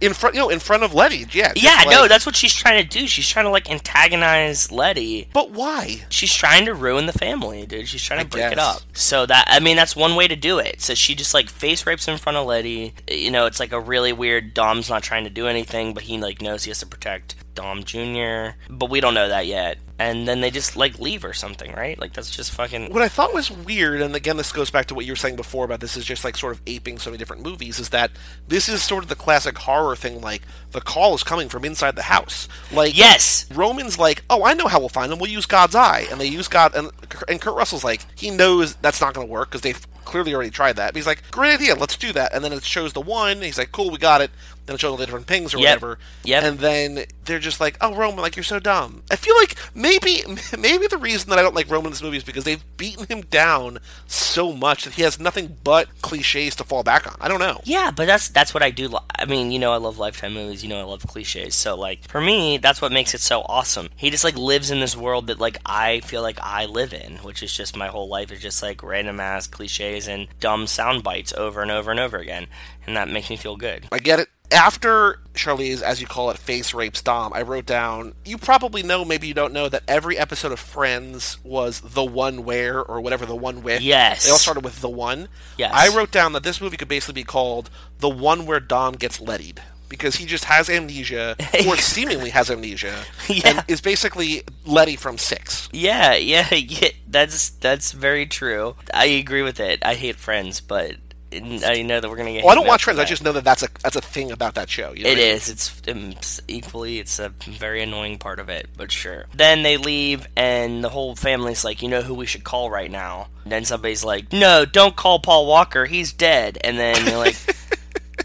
in front you know, in front of Letty. Yeah. just
Yeah, no,
like-
that's what she's trying to do. She's trying to like antagonize Letty.
But why?
she's trying to ruin the family, dude. She's trying to
I
break it
guess.
up. So that I mean, that's one way to do it. So she just like face rapes in front of Letty. You know, it's like a really weird. Dom's not trying to do anything, but he like knows he has to protect Dom Jr. But we don't know that yet. And then they just like leave or something, right? Like that's just fucking.
What I thought was weird, and again, this goes back to what you were saying before about this is just like sort of aping so many different movies, is that this is sort of the classic horror thing. Like the call is coming from inside the house. Like
Yes.
Roman's like, oh, I know how we'll find them. We'll use God's eye, and they use God. And, and Kurt Russell's like, he knows that's not going to work because they've clearly already tried that. But he's like, great idea, let's do that. And then it shows the one. And he's like, cool, we got it. Then it shows all the different pings or
Yep.
whatever.
Yep.
And then they're just like, oh, Roman, like you're so dumb. I feel like maybe maybe the reason that I don't like Roman in this movie is because they've beaten him down so much that he has nothing but cliches to fall back on. I don't know.
Yeah, but that's that's what I do. Li- I mean, you know, I love Lifetime movies. You know, I love cliches. So like for me, that's what makes it so awesome. He just like lives in this world that like I feel like I live in, which is just my whole life is just like random ass cliches and dumb sound bites over and over and over again, and that makes me feel good.
I get it. After Charlize, as you call it, face rapes Dom, I wrote down, you probably know, maybe you don't know, that every episode of Friends was the one where, or whatever, the one with.
Yes.
They all started with the one.
Yes.
I wrote down that this movie could basically be called The One Where Dom Gets Lettied. Because he just has amnesia, or seemingly has amnesia,
Yeah.
and is basically Letty from Six.
Yeah, yeah, yeah. That's that's very true. I agree with it. I hate Friends, but I know that we're gonna get.
Well, Oh, I
hate
don't
mail
watch
for
Friends. I
that.
just know that that's a that's a thing about that show. You know
It
what I mean?
is. It's, it's equally. It's a very annoying part of it, but sure. Then they leave, and the whole family's like, "You know who we should call right now?" And then somebody's like, "No, don't call Paul Walker. He's dead." And then they're like,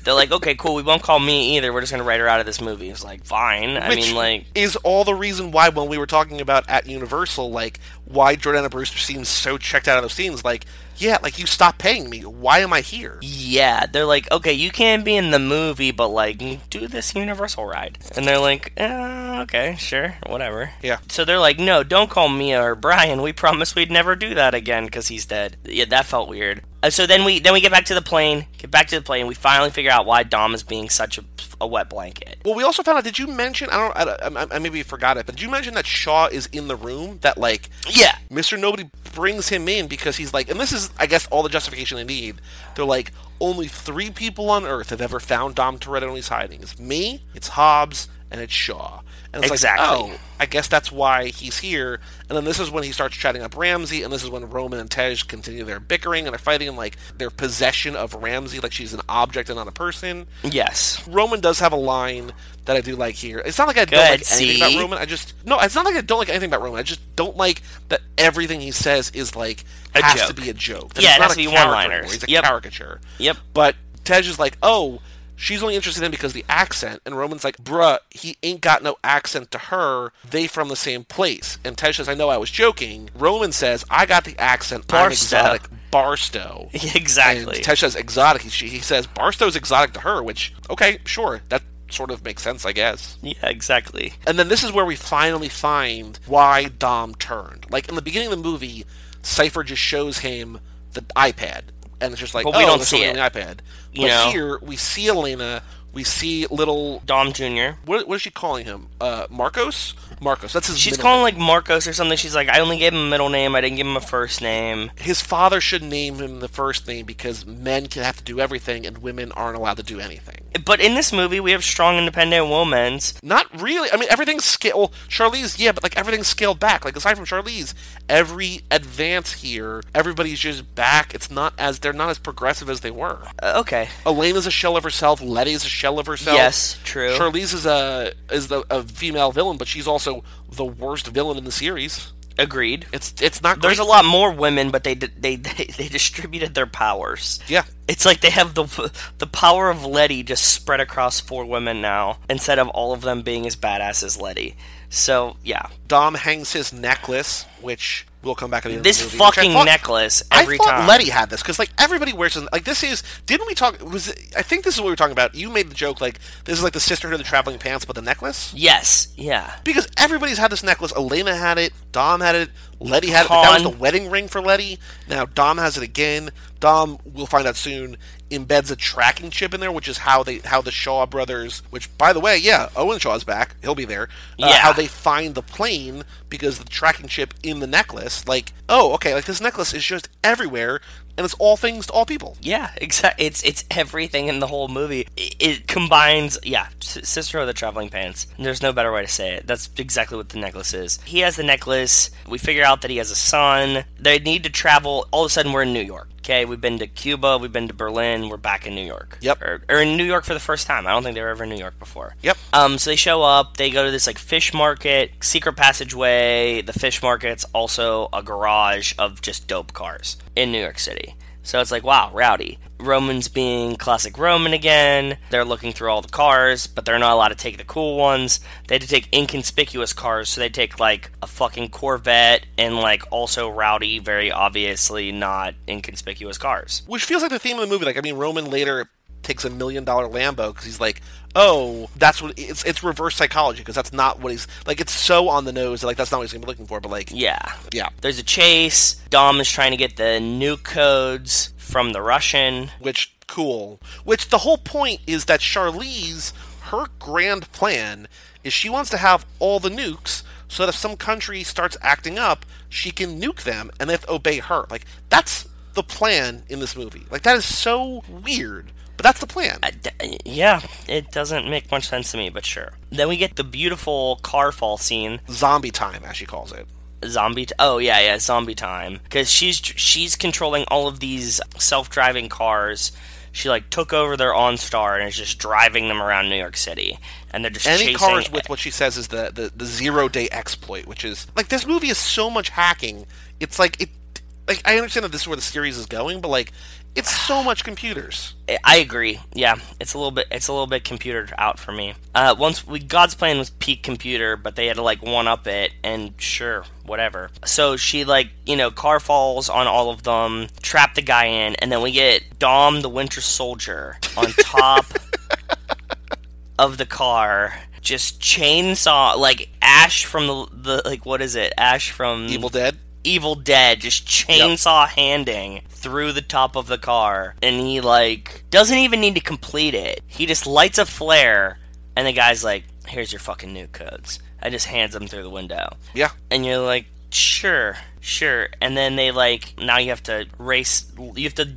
"They're like, okay, cool. We won't call me either. We're just gonna write her out of this movie." It's like, fine. I
Which
mean, like,
is all the reason why when we were talking about at Universal, like why Jordana Brewster seems so checked out of those scenes. Like, yeah, like you stopped paying me. Why am I here?
yeah. They're like, okay, you can be in the movie, but like, do this Universal ride. And they're like, uh, okay, sure, whatever.
Yeah,
So they're like, no, don't call Mia or Brian. We promise we'd never do that again because he's dead. Yeah, that felt weird. Uh, so then we then we get back to the plane. Get back to the plane. We finally figure out why Dom is being such a, a wet blanket.
Well, we also found out. Did you mention? I don't. I, I, I maybe forgot it, but did you mention that Shaw is in the room? That like
Yeah,
Mister Nobody brings him in because he's like, and this is, I guess, all the justification they need. They're like, only three people on Earth have ever found Dom Toretto and he's hiding. It's me, it's Hobbs, and it's Shaw. And it's
Exactly.
like, oh, I guess that's why he's here. And then this is when he starts chatting up Ramsey, and this is when Roman and Tej continue their bickering and they're fighting and like their possession of Ramsey, like she's an object and not a person.
Yes.
Roman does have a line that I do like here. It's not like I don't
Good,
like anything
see?
about Roman. I just no. It's not like I don't like anything about Roman. I just don't like that everything he says is like
A
has to
joke.
be a joke. That
Yeah,
he's
it
not
has
a
to be
character
one-liners.
anymore. He's a
Yep.
caricature.
Yep.
But Tej is like, oh, she's only interested in him because the accent, and Roman's like, bruh, he ain't got no accent to her. They from the same place. And Tej says, I know I was joking. Roman says, I got the accent. I'm
Barstow.
exotic. Barstow.
Exactly.
And Tesh says exotic. He, she, he says Barstow's exotic to her, which, okay, sure. That sort of makes sense, I guess.
yeah, exactly.
And then this is where we finally find why Dom turned. Like, in the beginning of the movie, Cypher just shows him the iPad. And it's just like,
But we
oh,
don't
there's
see
something on the iPad. But
You know?
here, we see Elena. We see little.
Dom Jr.
What, what is she calling him? Uh, Marcos? Marcos. That's his
She's
middle
calling like Marcos or something. She's like, I only gave him a middle name. I didn't give him a first name.
his father should name him the first name because men can have to do everything and women aren't allowed to do anything.
But in this movie, we have strong, independent women.
Not really. I mean, everything's scaled. Well, Charlize, yeah, but like everything's scaled back. Like aside from Charlize, every advance here, everybody's just back. It's not as they're not as progressive as they were.
Uh, okay.
Elena's a shell of herself. Letty's a shell of herself.
Yes, true.
Charlize is a is the, a female villain, but she's also the worst villain in the series.
Agreed.
It's it's not.
There's a
great.
lot more women, but they di- they they, they distributed their powers.
Yeah.
It's like they have the the power of Letty just spread across four women now instead of all of them being as badass as Letty. So yeah,
Dom hangs his necklace, which we'll come back at the end of
this
the movie, which I
fucking
thought-
necklace every
I thought
time.
Letty had this because like everybody wears this. Like this is didn't we talk? Was it- I think this is what we were talking about. You made the joke like this is like the sisterhood of the traveling pants, but the necklace
yes, yeah,
because everybody's had this necklace. Elena had it. Dom had it. Letty had it. Like, that was
Han.
the wedding ring for Letty. Now Dom has it again. Dom, we'll find out soon, embeds a tracking chip in there, which is how they how the Shaw brothers. Which by the way, yeah, Owen Shaw's back. He'll be there. Uh,
Yeah.
How they find the plane because the tracking chip in the necklace. Like, oh, okay, like this necklace is just everywhere, and it's all things to all people.
yeah. Exactly. It's it's everything in the whole movie. It, it combines. Yeah, S- sister of the traveling pants. There's no better way to say it. That's exactly what the necklace is. He has the necklace. We figure out that he has a son. They need to travel. All of a sudden, we're in New York. Okay, we've been to Cuba. We've been to Berlin. We're back in New York.
Yep.
Or, or in New York for the first time. I don't think they were ever in New York before.
Yep.
Um, so they show up. They go to this like fish market, secret passageway. The fish market's also a garage of just dope cars in New York City. So it's like, wow, rowdy. Roman's being classic Roman again. They're looking through all the cars, but they're not allowed to take the cool ones. They had to take inconspicuous cars, so they take like a fucking Corvette and like also rowdy, very obviously not inconspicuous cars.
which feels like the theme of the movie. Like, I mean, Roman later takes a million dollar Lambo because he's like, oh, that's what it's it's reverse psychology because that's not what he's like. It's so on the nose that like that's not what he's gonna be looking for. But like,
Yeah.
yeah,
There's a chase. Dom is trying to get the nuke codes from the Russian.
which cool. Which the whole point is that Charlize, her grand plan is she wants to have all the nukes. So that if some country starts acting up, she can nuke them, and they have to obey her. Like that's the plan in this movie. Like that is so weird, but that's the plan.
D- Yeah, it doesn't make much sense to me, but sure. Then we get the beautiful car fall scene.
Zombie time, as she calls it.
Zombie. T- oh yeah, yeah, zombie time. Because she's she's controlling all of these self-driving cars. She like took over their OnStar and is just driving them around New York City, and they're just
any
chasing
cars with what she says is the, the, the zero day exploit, which is like this movie is so much hacking. It's like it, like I understand that this is where the series is going, but like it's so much computers.
I- I agree. Yeah, it's a little bit it's a little bit computer out for me. Uh, once we God's plan was peak computer, but they had to like one up it, and sure, whatever. So she like you know car falls on all of them, trap the guy in, and then we get Dom the Winter Soldier on top of the car, just chainsaw like ash from the, the like what is it? Ash from
Evil Dead.
Evil Dead just chainsaw handing through the top of the car, and he like doesn't even need to complete it. He just lights a flare, and the guy's like, "Here's your fucking new codes." I just hands them through the window,
Yeah.
and you're like, "Sure." Sure. And then they like now you have to race. You have to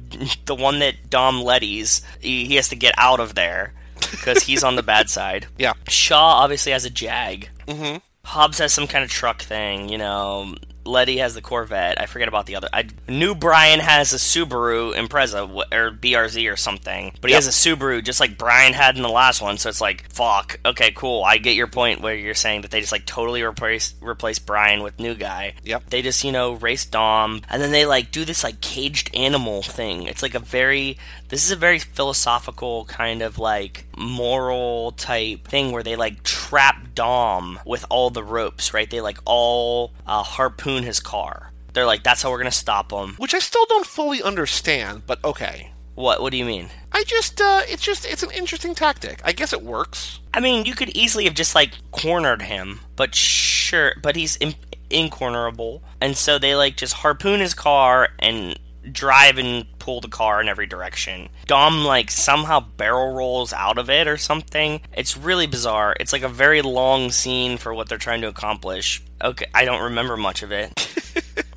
the one that Dom Letty's. He, he has to get out of there because he's on the bad side.
Yeah.
Shaw obviously has a Jag. Mm-hmm. Hobbs has some kind of truck thing. You know. Letty has the Corvette. I forget about the other. I knew Brian has a Subaru Impreza wh- or BRZ or something, but he
Yep.
has a Subaru just like Brian had in the last one. So it's like, fuck. Okay, cool. I get your point where you're saying that they just like totally replace replace Brian with new guy.
Yep.
They just you know race Dom, and then they like do this like caged animal thing. It's like a very this is a very philosophical kind of like moral type thing where they like trap Dom with all the ropes, right? They like all uh, harpoon his car. They're like, that's how we're gonna stop him.
Which I still don't fully understand, but okay.
What? What do you mean?
I just, uh, it's just, it's an interesting tactic. I guess it works.
I mean, you could easily have just like cornered him, but sure, but he's in- incornerable, and so they like just harpoon his car and drive and pull the car in every direction. Dom like somehow barrel rolls out of it or something. It's really bizarre. It's like a very long scene for what they're trying to accomplish. Okay, I don't remember much of it.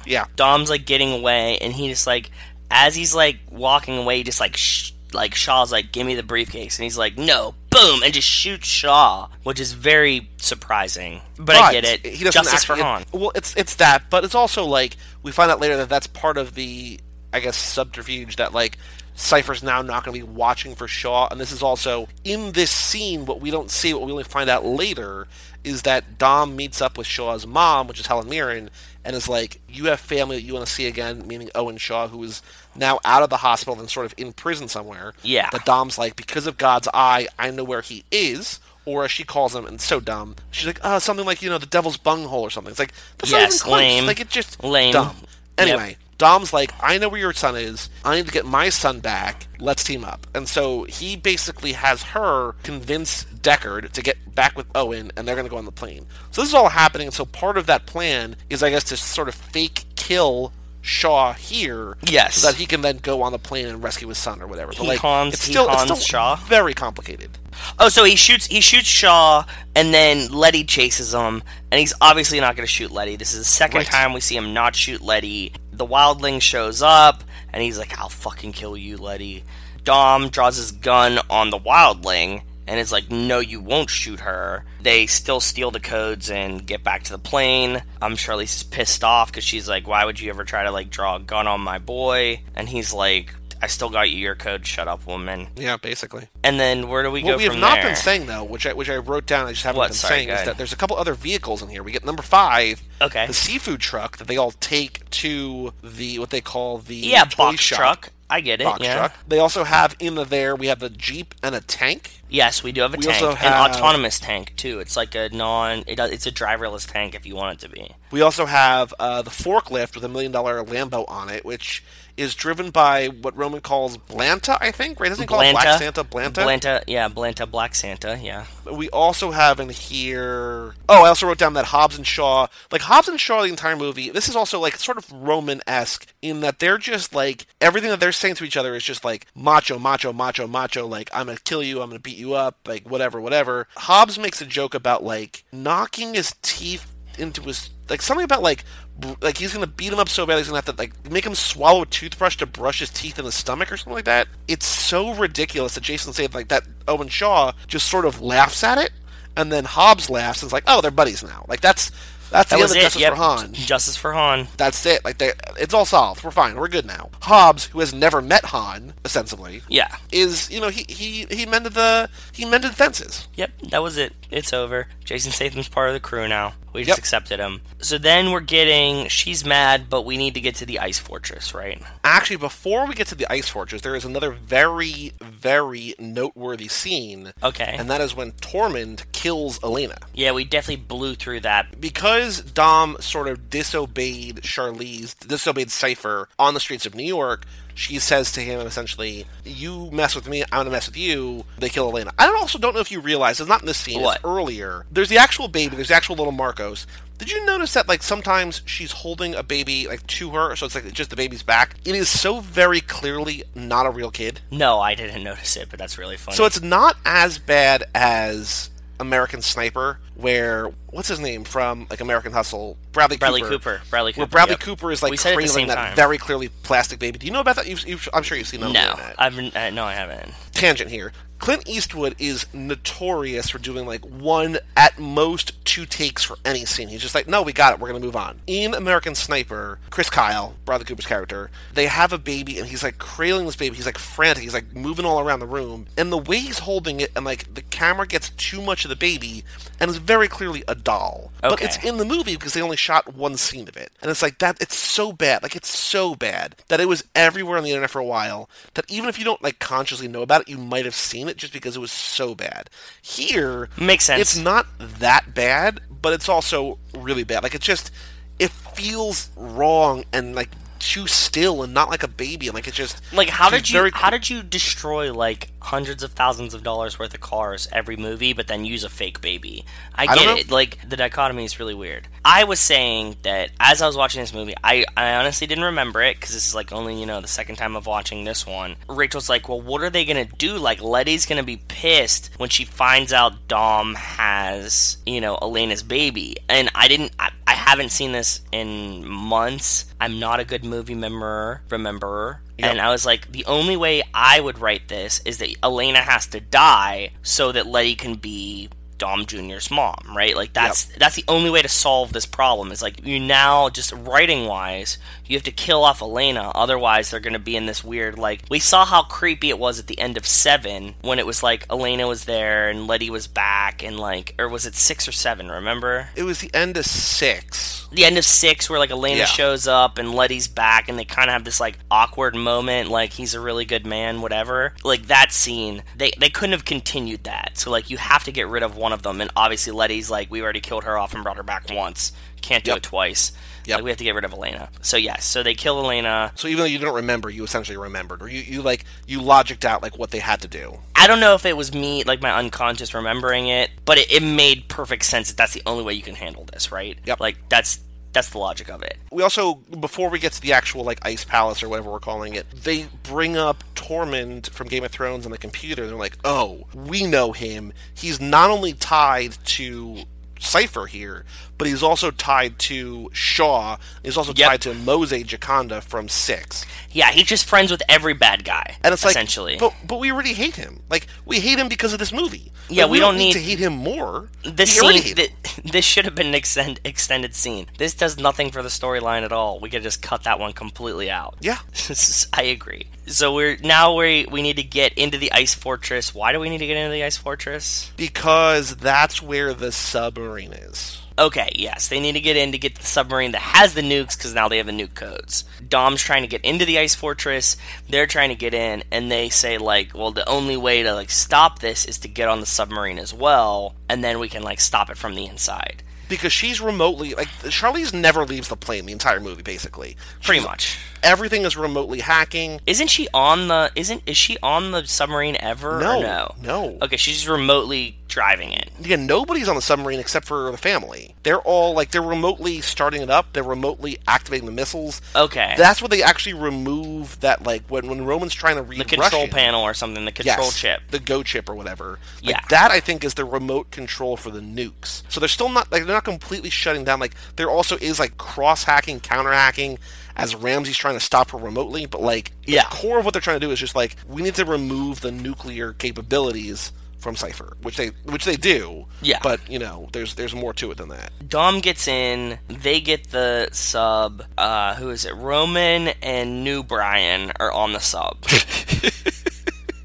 Yeah.
Dom's like getting away, and he just like, as he's like walking away, he just like, sh- like Shaw's like, give me the briefcase, and he's like, no, boom, and just shoots Shaw, which is very surprising. But, I get it.
He doesn't
Justice
actually,
for Han.
Well, it's it's that, but it's also like we find out later that that's part of the, I guess, subterfuge that like Cypher's now not going to be watching for Shaw, and this is also in this scene what we don't see, what we only find out later is that Dom meets up with Shaw's mom, which is Helen Mirren, and is like, "You have family that you want to see again," meaning Owen Shaw, who is now out of the hospital and sort of in prison somewhere.
Yeah.
That Dom's like, because of God's eye, I know where he is. Or as she calls him, and so dumb. She's like, uh, something like, you know, the devil's bunghole or something. It's like, that's not
Yes,
even close.
lame.
Like, it just
Lame.
dumb.
Yep.
Anyway, Dom's like, I know where your son is. I need to get my son back. Let's team up. And so he basically has her convince Deckard to get back with Owen, and they're going to go on the plane. So this is all happening. And so part of that plan is, I guess, to sort of fake kill Shaw here,
Yes.
so that he can then go on the plane and rescue his son or whatever. But
He
like,
cons-
it's
he
still, it's
cons
still
Shaw?
very complicated.
Oh, so he shoots he shoots Shaw, and then Letty chases him, and he's obviously not going to shoot Letty. This is the second
Right.
time we see him not shoot Letty. The Wildling shows up, and he's like, "I'll fucking kill you, Letty." Dom draws his gun on the Wildling, and is like, "No, you won't shoot her." They still steal the codes and get back to the plane. I'm sure Charlize's pissed off because she's like, "Why would you ever try to like draw a gun on my boy?" And he's like, "I still got you your code. Shut up, woman."
Yeah, basically.
And then where do we go
What we have
from
not
there?
been saying though, which I, which I wrote down, I just haven't
What?
been
Sorry,
saying,
go
is
ahead.
that there's a couple other vehicles in here. We get number five,
Okay.
the seafood truck that they all take to the what they call the
Yeah,
toy
box
shop.
truck. I get it.
Box
yeah.
truck. They also have in the there we have the jeep and a tank.
Yes, we do have a
We
tank,
also
an
have-
autonomous tank too. It's like a non. It, does- it's a driverless tank if you want it to be.
We also have uh, the forklift with a million dollar Lambo on it, which is driven by what Roman calls Blanta, I think. Right? Doesn't he call it Black Santa Blanta?
Blanta. Yeah, Blanta. Black Santa. Yeah.
We also have in here. Oh, I also wrote down that Hobbs and Shaw, like Hobbs and Shaw, the entire movie. This is also like sort of Roman esque in that they're just like everything that they're saying to each other is just like macho, macho, macho, macho. Like I'm gonna kill you, I'm gonna beat you up, like whatever, whatever. Hobbs makes a joke about like knocking his teeth into his like something about like br- like he's gonna beat him up so bad he's gonna have to like make him swallow a toothbrush to brush his teeth in his stomach or something like that. It's so ridiculous that Jason said like that Owen Shaw just sort of laughs at it, and then Hobbs laughs and is like, "Oh, they're buddies now." Like that's that's
That
the
was
end
it.
of Justice
yep.
for Han.
Justice for Han.
That's it. Like they, it's all solved. We're fine. We're good now. Hobbs, who has never met Han, ostensibly,
Yeah.
is you know he he he mended the he mended fences.
Yep, that was it. It's over. Jason Statham's part of the crew now. We just
Yep.
accepted him. So then we're getting. She's mad, but we need to get to the ice fortress, right?
Actually, before we get to the ice fortress, there is another very, very noteworthy scene.
Okay.
And that is when Tormund kills Elena.
Yeah, we definitely blew through that.
Because Dom sort of disobeyed Charlize, disobeyed Cypher on the streets of New York, she says to him essentially, You mess with me, I'm going to mess with you. They kill Elena. I don't- also don't know if you realize, it's not in this scene,
What?
it's earlier. There's the actual baby, there's the actual little Marcos. Did you notice that like sometimes she's holding a baby like to her, so it's like just the baby's back? It is so very clearly not a real kid.
No, I didn't notice it, but that's really funny.
So it's not as bad as American Sniper, where what's his name from like American Hustle, Bradley Cooper.
Bradley Cooper. Bradley
Where
Cooper,
Bradley
yep.
Cooper is like
We said it at the
cradling
same
that
time.
very clearly plastic baby. Do you know about that? You've, you've, I'm sure you've seen that. on the
No,
internet
I've been, I, no, I haven't.
tangent here. Clint Eastwood is notorious for doing like one, at most two takes for any scene. He's just like, no, we got it. We're going to move on. In American Sniper, Chris Kyle, Bradley Cooper's character, they have a baby and he's like cradling this baby. He's like frantic. He's like moving all around the room. And the way he's holding it and like the camera gets too much of the baby and it's very clearly a doll. But
Okay.
it's in the movie because they only shot one scene of it. And it's like that it's so bad, like it's so bad that it was everywhere on the internet for a while that even if you don't like consciously know about it, you might have seen it just because it was so bad. Here
Makes sense.
It's not that bad, but it's also really bad. Like it just it feels wrong and like too still and not like a baby and like it just
Like, how
she's
did you
very-
how did you destroy like hundreds of thousands of dollars worth of cars every movie, but then use a fake baby? I
don't
get
know.
it. Like, the dichotomy is really weird. I was saying that as I was watching this movie, I I honestly didn't remember it because this is like only you know the second time of watching this one. Rachel's like, well, what are they gonna do? Like, Letty's gonna be pissed when she finds out Dom has you know Elena's baby, and I didn't. I, I haven't seen this in months. I'm not a good movie member rememberer. And I was like, the only way I would write this is that Elena has to die so that Letty can be Dom Jr.'s mom, right? Like that's that's the only way to solve this problem. Is like you now just writing wise, you have to kill off Elena, otherwise they're gonna be in this weird like we saw how creepy it was at the end of seven when it was like Elena was there and Letty was back and like or was it six or seven, remember?
it was the end of six.
the end of six where like Elena
Yeah.
shows up and Letty's back and they kind of have this like awkward moment like he's a really good man whatever like that scene they they couldn't have continued that so like you have to get rid of one of them and obviously Letty's like we already killed her off and brought her back once can't do
Yep.
it twice
Yep.
like we have to get rid of Elena so yes so they kill Elena
So even though you don't remember, you essentially remembered, or you, you like you logicked out like what they had to do.
I don't know if it was me like my unconscious remembering it but it, it made perfect sense that that's the only way you can handle this right
Yep.
like that's that's the logic of it
We also, before we get to the actual like ice palace or whatever we're calling it, they bring up Tormund from Game of Thrones on the computer. They're like, "Oh, we know him. He's not only tied to Cipher here, but he's also tied to Shaw. He's also
Yep.
tied to Mose Jaconda from Six.
yeah he's just friends with every bad guy
And it's like,
essentially
but but we already hate him. Like we hate him because of this movie.
Yeah,
Like,
we don't
need
need-
to hate him more.
this
We already
scene,
hate
th- this should have been an extend- extended scene. This does nothing for the storyline at all. We could just cut that one completely out.
Yeah.
This is- I agree. So we're now we we need to get into the ice fortress. Why do we need to get into the ice fortress?
because that's where the submarine is.
Okay, yes, they need to get in to get the submarine that has the nukes because now they have the nuke codes. Dom's trying to get into the ice fortress. They're trying to get in, and they say like, well, the only way to like stop this is to get on the submarine as well, and then we can like stop it from the inside.
Because she's remotely like Charlize never leaves the plane the entire movie. Basically,
Pretty much.
everything is remotely hacking.
Isn't she on the? Isn't is she on the submarine ever? or
No,
no,
no.
Okay, she's just remotely driving it.
Yeah, nobody's on the submarine except for the family. They're all like they're remotely starting it up. They're remotely activating the missiles.
Okay,
That's where they actually remove that like when when Roman's trying to read
the control
Russian-
panel or something. The
Yes,
control chip.
the Go chip or whatever. Like,
Yeah.
that I think is the remote control for the nukes. So they're still not like they're not completely shutting down. Like there also is like cross hacking, counter hacking, as Ramsey's trying to stop her remotely. But like
Yeah.
the core of what they're trying to do is just like we need to remove the nuclear capabilities from Cipher, which they which they do.
Yeah.
But you know, there's there's more to it than that.
Dom gets in. They get the sub. Uh, who is it? Roman and New Brian are on the sub.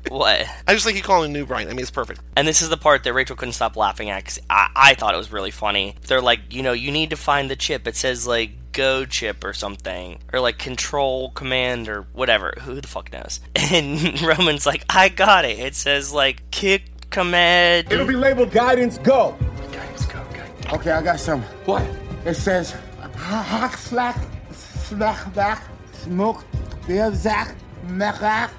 what?
I just like you calling New Brian. I mean, it's perfect.
And this is the part that Rachel couldn't stop laughing at because I, I thought it was really funny. They're like, you know, you need to find the chip. It says like go chip or something, or like control command or whatever. Who the fuck knows? And Roman's like, I got it. It says like kick command.
It'll be labeled guidance go.
Guidance go, guidance.
Okay, I got some.
What?
It says hot slack, slack back, smoke, beer zack, mechak.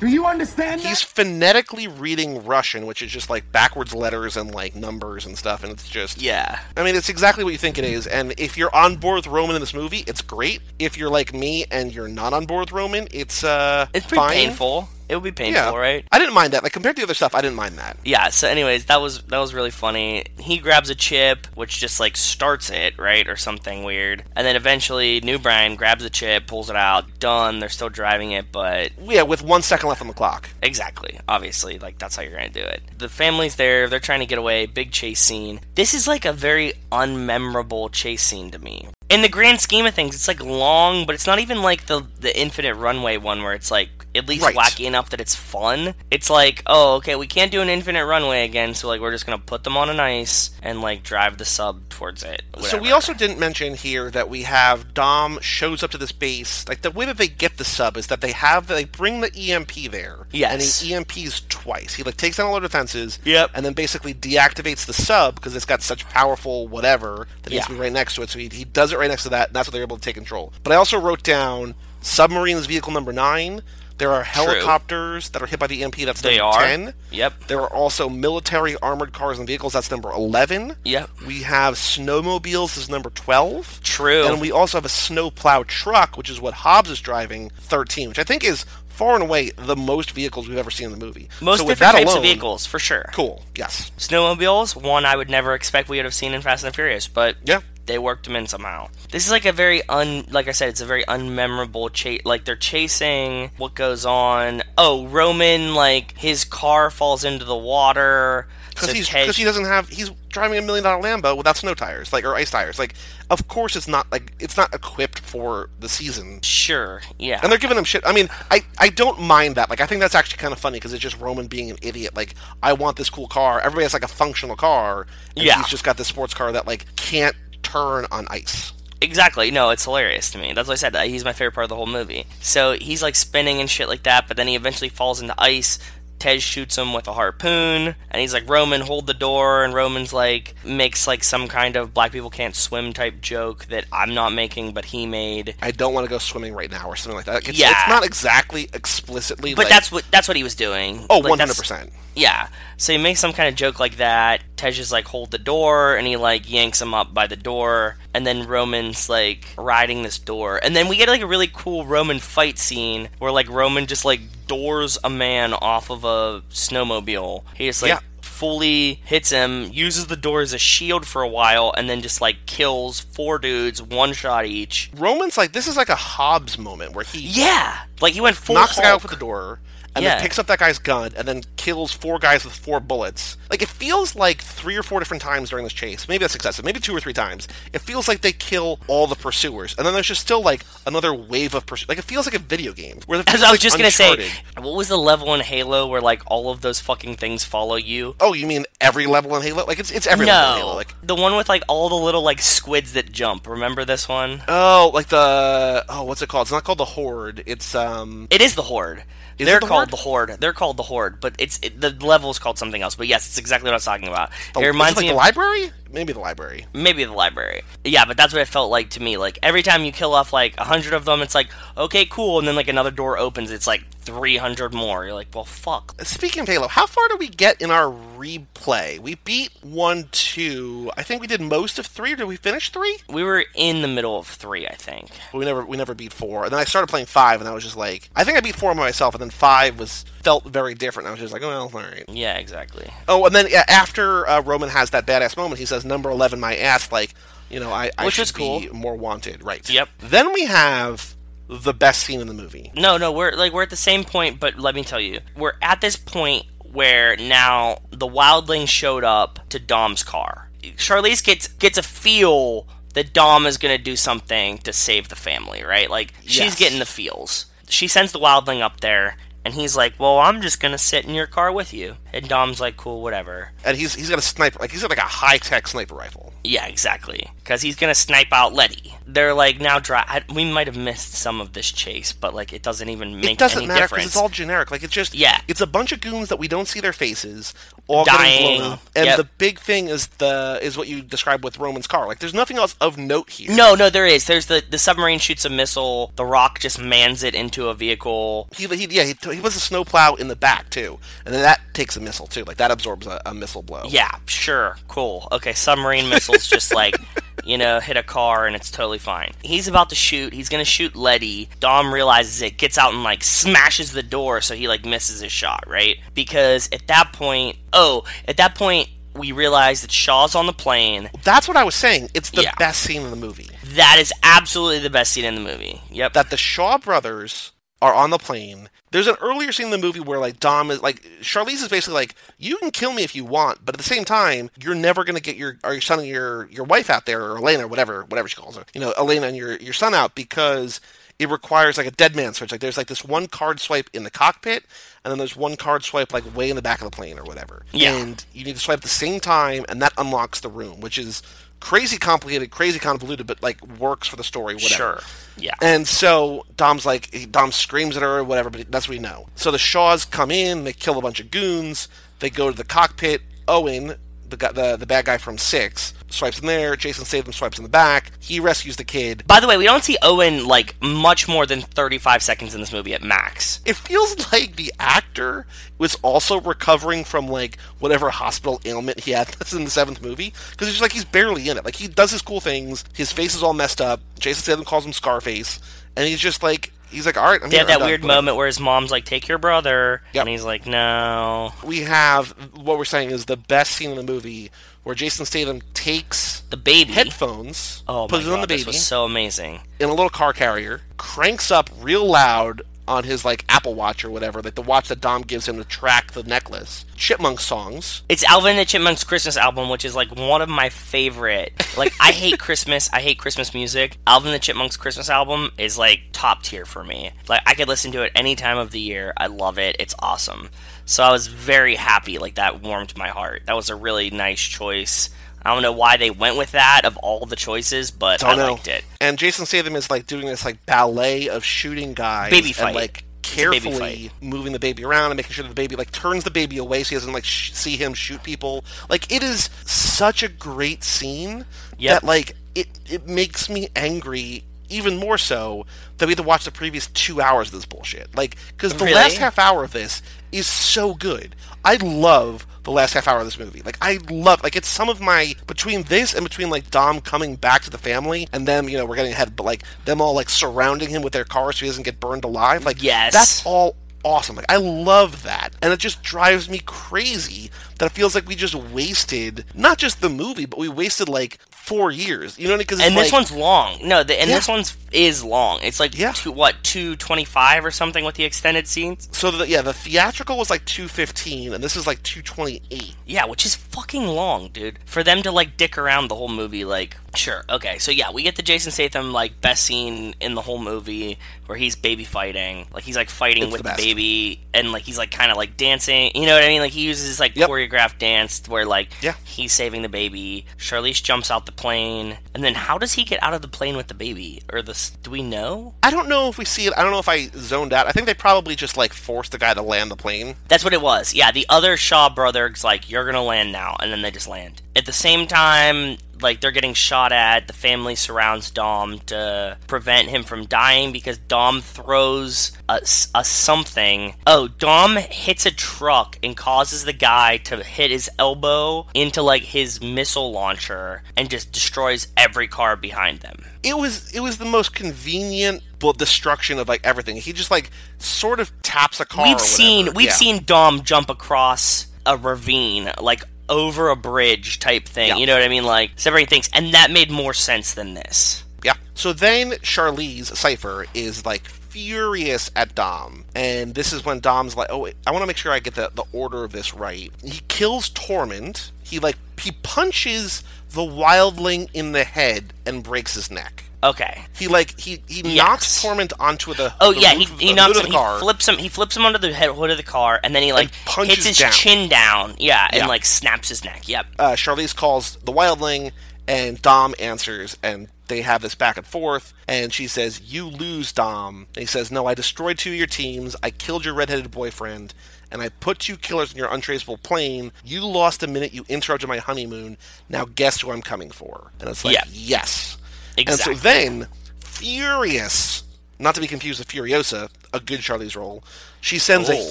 Do you understand
He's
that?
phonetically reading Russian, which is just like backwards letters and like numbers and stuff, and it's just
Yeah.
I mean, it's exactly what you think it is. And if you're on board with Roman in this movie, it's great. If you're like me and you're not on board with Roman, it's uh,
It's pretty
fine.
painful. it would be painful,
Yeah.
right?
I didn't mind that. Like compared to the other stuff, I didn't mind that.
yeah so anyways that was that was really funny he grabs a chip which just like starts it right or something weird and then eventually new brian grabs the chip pulls it out done they're still driving it but
Yeah, with one second left on the clock.
exactly obviously like that's how you're gonna do it the family's there they're trying to get away big chase scene this is like a very unmemorable chase scene to me in the grand scheme of things it's like long but it's not even like the the infinite runway one where it's like at least
Right.
wacky enough that it's fun. It's like, oh, okay, we can't do an infinite runway again, so like we're just gonna put them on an ice and like drive the sub towards it.
So we
whatever.
also didn't mention here that we have Dom shows up to this base. Like the way that they get the sub is that they have they bring the EMP there.
Yes.
And he EMPs twice. He like takes down a load of fences.
Yep.
And then basically deactivates the sub because it's got such powerful whatever that needs to
Yeah.
be right next to it. So he, he does it right next to that, and that's what they're able to take control. But I also wrote down submarines vehicle number nine. There are helicopters that are hit by the EMP. That's
They
number
are.
ten.
Yep.
There are also military armored cars and vehicles. That's number 11.
Yep.
We have snowmobiles is number 12.
True.
And we also have a snowplow truck, which is what Hobbs is driving, 13, which I think is far and away the most vehicles we've ever seen in the movie.
most
so with
different
that
types
alone,
of vehicles for sure.
Cool. Yes.
Snowmobiles, one I would never expect we would have seen in Fast and the Furious, but
Yeah.
they worked them in somehow. This is like a very un, like I said, it's a very unmemorable chase. Like they're chasing what goes on. Oh, Roman, like his car falls into the water.
Because
so
he's
Tej-
because he doesn't have he's driving a million dollar Lambo without snow tires like or ice tires like of course it's not like it's not equipped for the season
sure, yeah.
And they're giving him shit. I mean, I, I don't mind that. Like, I think that's actually kind of funny because it's just Roman being an idiot. Like, I want this cool car. Everybody has like a functional car. And
Yeah.
He's just got this sports car that like can't turn on ice.
Exactly. No, it's hilarious to me. That's why I said. uh, He's my favorite part of the whole movie. So he's like spinning and shit like that, but then he eventually falls into ice. Tej shoots him with a harpoon, and he's like, Roman, hold the door. And Roman's like, makes like some kind of black people can't swim type joke that I'm not making, but he made.
I don't want to go swimming right now or something like that. Like, it's,
Yeah.
It's not exactly explicitly.
But
like,
that's what that's what he was doing.
oh,
Like,
one hundred
that's-
percent.
Yeah. So he makes some kind of joke like that. Tej is like, hold the door, and he like yanks him up by the door. And then Roman's like riding this door. And then we get like a really cool Roman fight scene where like Roman just like doors a man off of a snowmobile. He just like
Yeah.
fully hits him, uses the door as a shield for a while, and then just like kills four dudes, one shot each.
Roman's like this is like a Hobbes moment where he
Yeah. Like he went full
knocks the guy
Hulk.
off with the door and
Yeah.
then picks up that guy's gun and then kills four guys with four bullets. Like it feels like three or four different times during this chase. Maybe that's excessive. Maybe two or three times. It feels like they kill all the pursuers, and then there's just still like another wave of pursuit. Like it feels like a video game. Where the
As I was
like,
just gonna
Uncharted.
say, what was the level in Halo where like all of those fucking things follow you?
Oh, you mean every level in Halo? Like it's it's every level in
no,
Halo. Like
the one with like all the little like squids that jump. Remember this one?
oh, like the oh, what's it called? It's not called the Horde. It's um.
It is the Horde.
Is
They're
it the
called
Horde?
the Horde. They're called the Horde, but it's it, the level is called something else. But yes, it's exactly what I was talking about.
The,
it
is
reminds
like
me
the
of
library. Maybe the library.
maybe the library. Yeah, but that's what it felt like to me. Like every time you kill off like a hundred of them, it's like okay, cool, and then like another door opens, it's like three hundred more. You're like, well, fuck.
Speaking of Halo, how far do we get in our replay? We beat one, two. I think we did most of three. Or did we finish three?
We were in the middle of three, I think.
But we never, we never beat four. And then I started playing five, and I was just like, I think I beat four by myself, and then five was felt very different. I was just like, well, all right.
Yeah, exactly.
Oh, and then yeah, after uh, Roman has that badass moment, he says, "Number eleven, my ass." Like, you know, I, I
Which
should
is cool.
be more wanted, right?
Yep.
Then we have the best scene in the movie.
No, no, we're like we're at the same point, but let me tell you, we're at this point where now the wildling showed up to Dom's car. Charlize gets gets a feel that Dom is gonna do something to save the family, right? Like she's
Yes.
getting the feels. She sends the wildling up there, and he's like, "Well, I'm just gonna sit in your car with you." And Dom's like, "Cool, whatever."
And he's he's got a sniper, like he's got like a high tech sniper rifle.
Yeah, exactly. Because he's gonna snipe out Letty. They're like now dry. I, we might have missed some of this chase, but like it doesn't even make
it doesn't
any
matter
difference.
because it's all generic. Like it's just
Yeah.
it's a bunch of goons that we don't see their faces, all
Dying.
getting blown up. And
Yep.
the big thing is the is what you described with Roman's car. Like there's nothing else of note here.
No, no, there is. There's the the submarine shoots a missile. The rock just mans it into a vehicle.
He, he yeah he, he puts a snowplow in the back too, and then that takes a missile too. Like that absorbs a, a missile blow.
Yeah, sure, cool. Okay, submarine missiles just like you know, hit a car and it's totally fine. He's about to shoot. He's going to shoot Letty. Dom realizes it, gets out and like smashes the door so he like misses his shot, right? Because at that point, oh, at that point, we realize that Shaw's on the plane.
That's what I was saying. It's the
Yeah.
best scene in the movie.
That is absolutely the best scene in the movie. Yep.
that the Shaw brothers are on the plane. There's an earlier scene in the movie where like Dom is like Charlize is basically like, you can kill me if you want, but at the same time, you're never gonna get your or your son and your your wife out there or Elena or whatever whatever she calls her, you know, Elena and your your son out because it requires like a dead man switch. Like there's like this one card swipe in the cockpit, and then there's one card swipe like way in the back of the plane or whatever.
Yeah.
And you need to swipe at the same time, and that unlocks the room, which is crazy complicated, crazy convoluted, but like works for the story. Whatever.
Sure. Yeah.
And so Dom's like, Dom screams at her or whatever, but that's what we know. So the Shaws come in, they kill a bunch of goons, they go to the cockpit. Owen, the, guy, the, the bad guy from Six, swipes in there. Jason saves him, swipes in the back. He rescues the kid.
By the way, we don't see Owen like much more than 35 seconds in this movie at max.
It feels like the actor was also recovering from like whatever hospital ailment he had in the seventh movie because he's like he's barely in it. Like he does his cool things, his face is all messed up. Jason Statham calls him Scarface, and he's just like he's like all right. I'm
They
here,
have
I'm
that
done,
weird
whatever.
moment where his mom's like, "Take your brother,"
Yep.
and he's like, "No."
we have what we're saying is the best scene in the movie where Jason Statham takes
The baby.
headphones,
oh
puts
my
it on
god,
the
this
baby
was so amazing.
in a little car carrier, cranks up real loud on his like Apple Watch or whatever, like the watch that Dom gives him to track the necklace. Chipmunk songs.
It's Alvin and the Chipmunks Christmas album, which is like one of my favorite. Like I hate Christmas. I hate Christmas music. Alvin and the Chipmunks Christmas album is like top tier for me. Like I could listen to it any time of the year. I love it. It's awesome. So I was very happy. Like that warmed my heart. That was a really nice choice. I don't know why they went with that of all the choices, but
Don't
I
know.
liked it.
And Jason Statham is like doing this like ballet of shooting guys
Baby
and
fight.
like
It's a baby
carefully
fight.
moving the baby around and making sure the baby like turns the baby away so he doesn't like sh- see him shoot people. Like it is such a great scene
Yep.
that like it it makes me angry even more so that we had to watch the previous two hours of this bullshit. Like because the
Really?
last half hour of this is so good. I love the last half hour of this movie. Like I love like it's some of my between this and between like Dom coming back to the family and them, you know, we're getting ahead, but like them all like surrounding him with their cars so he doesn't get burned alive. Like
Yes.
that's all awesome. Like I love that. And it just drives me crazy that it feels like we just wasted not just the movie, but we wasted like four years. You know what I mean? 'Cause it's
and this
like-
one's long. No, the, and
Yeah.
this one's is long. It's like
Yeah.
two, what two twenty five or something with the extended scenes.
so the, yeah, the theatrical was like two fifteen and this is like two twenty eight.
Yeah, which is fucking long, dude. For them to like dick around the whole movie, like sure, okay, so yeah, we get the Jason Statham like best scene in the whole movie where he's baby fighting, like he's like fighting
It's
with
the
the,
best.
baby, and like he's like kind of like dancing, you know what I mean? Like he uses like
Yep.
choreographed dance where like
Yeah.
he's saving the baby. Charlize jumps out the plane, and then how does he get out of the plane with the baby? Or the s- do we know?
I don't know if we see it. I don't know if I zoned out. I think they probably just like forced the guy to land the plane.
That's what it was. Yeah, the other Shaw brothers like, "You're gonna land now," and then they just land. At the same time, like they're getting shot at. The family surrounds Dom to prevent him from dying because Dom throws a, s- a something. Oh, Dom hits a truck and causes the guy to hit his elbow into like his missile launcher and just destroys every car behind them.
It was it was the most convenient well, destruction of like everything. He just like sort of taps a car. or
we've
whatever.
seen we've
Yeah.
seen Dom jump across a ravine like over a bridge type thing.
Yeah.
You know what I mean? Like separating things, and that made more sense than this.
Yeah. So then Charlize Cipher is like furious at Dom, and this is when Dom's like, "Oh, wait, I want to make sure I get the the order of this right." He kills Torment. He like he punches the wildling in the head and breaks his neck.
Okay.
He like he he knocks
Yes.
Torment onto the
Oh
the
yeah, he,
roof of the-
he
hood
knocks
of
him.
the car.
He flips him. He flips him under the head, hood of the car, and then he like
punches
hits his
down.
chin down. Yeah, and
Yeah.
like snaps his neck. Yep.
uh, Charlize calls the wildling, and Dom answers, and they have this back and forth. And she says, "You lose, Dom." And he says, "No, I destroyed two of your teams. I killed your redheaded boyfriend, and I put two killers in your untraceable plane. You lost the minute you interrupted my honeymoon. Now guess who I'm coming for?" And it's like,
Yeah.
"Yes."
Exactly.
And so then, furious, not to be confused with Furiosa, a good Charlie's role, she sends a
Oh.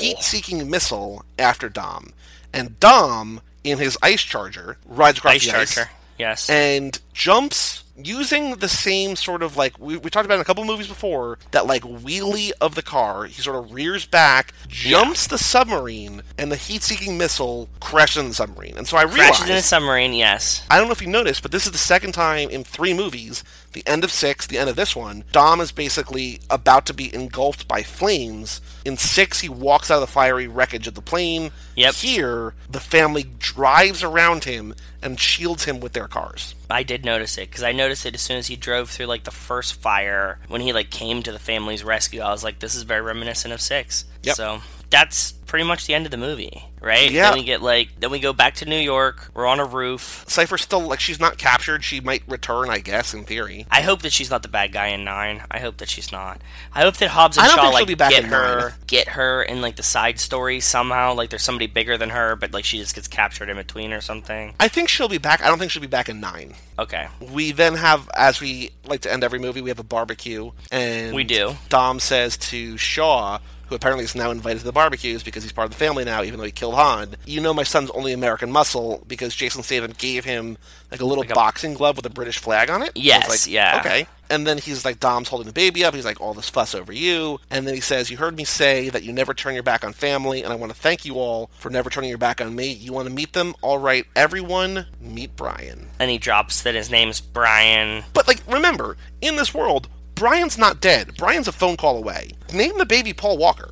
heat-seeking missile after Dom, and Dom, in his ice charger, rides across
Ice
the ice
charger. Yes.
and jumps using the same sort of like we, we talked about in a couple movies before that like wheelie of the car. He sort of rears back, jumps the submarine, and the heat-seeking missile crashes in the submarine. And so I
Crashes in a
realized
submarine, yes.
I don't know if you noticed, but this is the second time in three movies, the end of six, the end of this one, Dom is basically about to be engulfed by flames. In six, he walks out of the fiery wreckage of the plane.
Yep.
Here, the family drives around him and shields him with their cars.
I did notice it because I noticed it as soon as he drove through like the first fire when he like came to the family's rescue. I was like, this is very reminiscent of Six.
Yep.
So that's pretty much the end of the movie, right?
Yeah.
Then we get like then we go back to New York. We're on a roof.
Cypher's still, like, she's not captured. She might return, I guess, in theory.
I hope that she's not the bad guy in Nine. I hope that she's not. I hope that Hobbs and
I don't
Shaw
think she'll
like
be back
get
in
her,
Nine.
get her in like the side story somehow. Like there's somebody bigger than her, but like she just gets captured in between or something.
I think she'll be back. I don't think she'll be back in nine.
Okay.
We then have, as we like to end every movie, we have a barbecue, and
We do.
Dom says to Shaw, who apparently is now invited to the barbecues because he's part of the family now, even though he killed Han. You know, my son's only American muscle because Jason Statham gave him like a little
a-
boxing glove with a British flag on it. So it's
Yes,
like,
yeah.
okay. And then he's like, Dom's holding the baby up. He's like, all this fuss over you. And then he says, You heard me say that you never turn your back on family, and I want to thank you all for never turning your back on me. You want to meet them? All right, everyone, meet Brian.
Then he drops that his name's Brian.
But like, remember, in this world, Brian's not dead. Brian's a phone call away. Name the baby Paul Walker.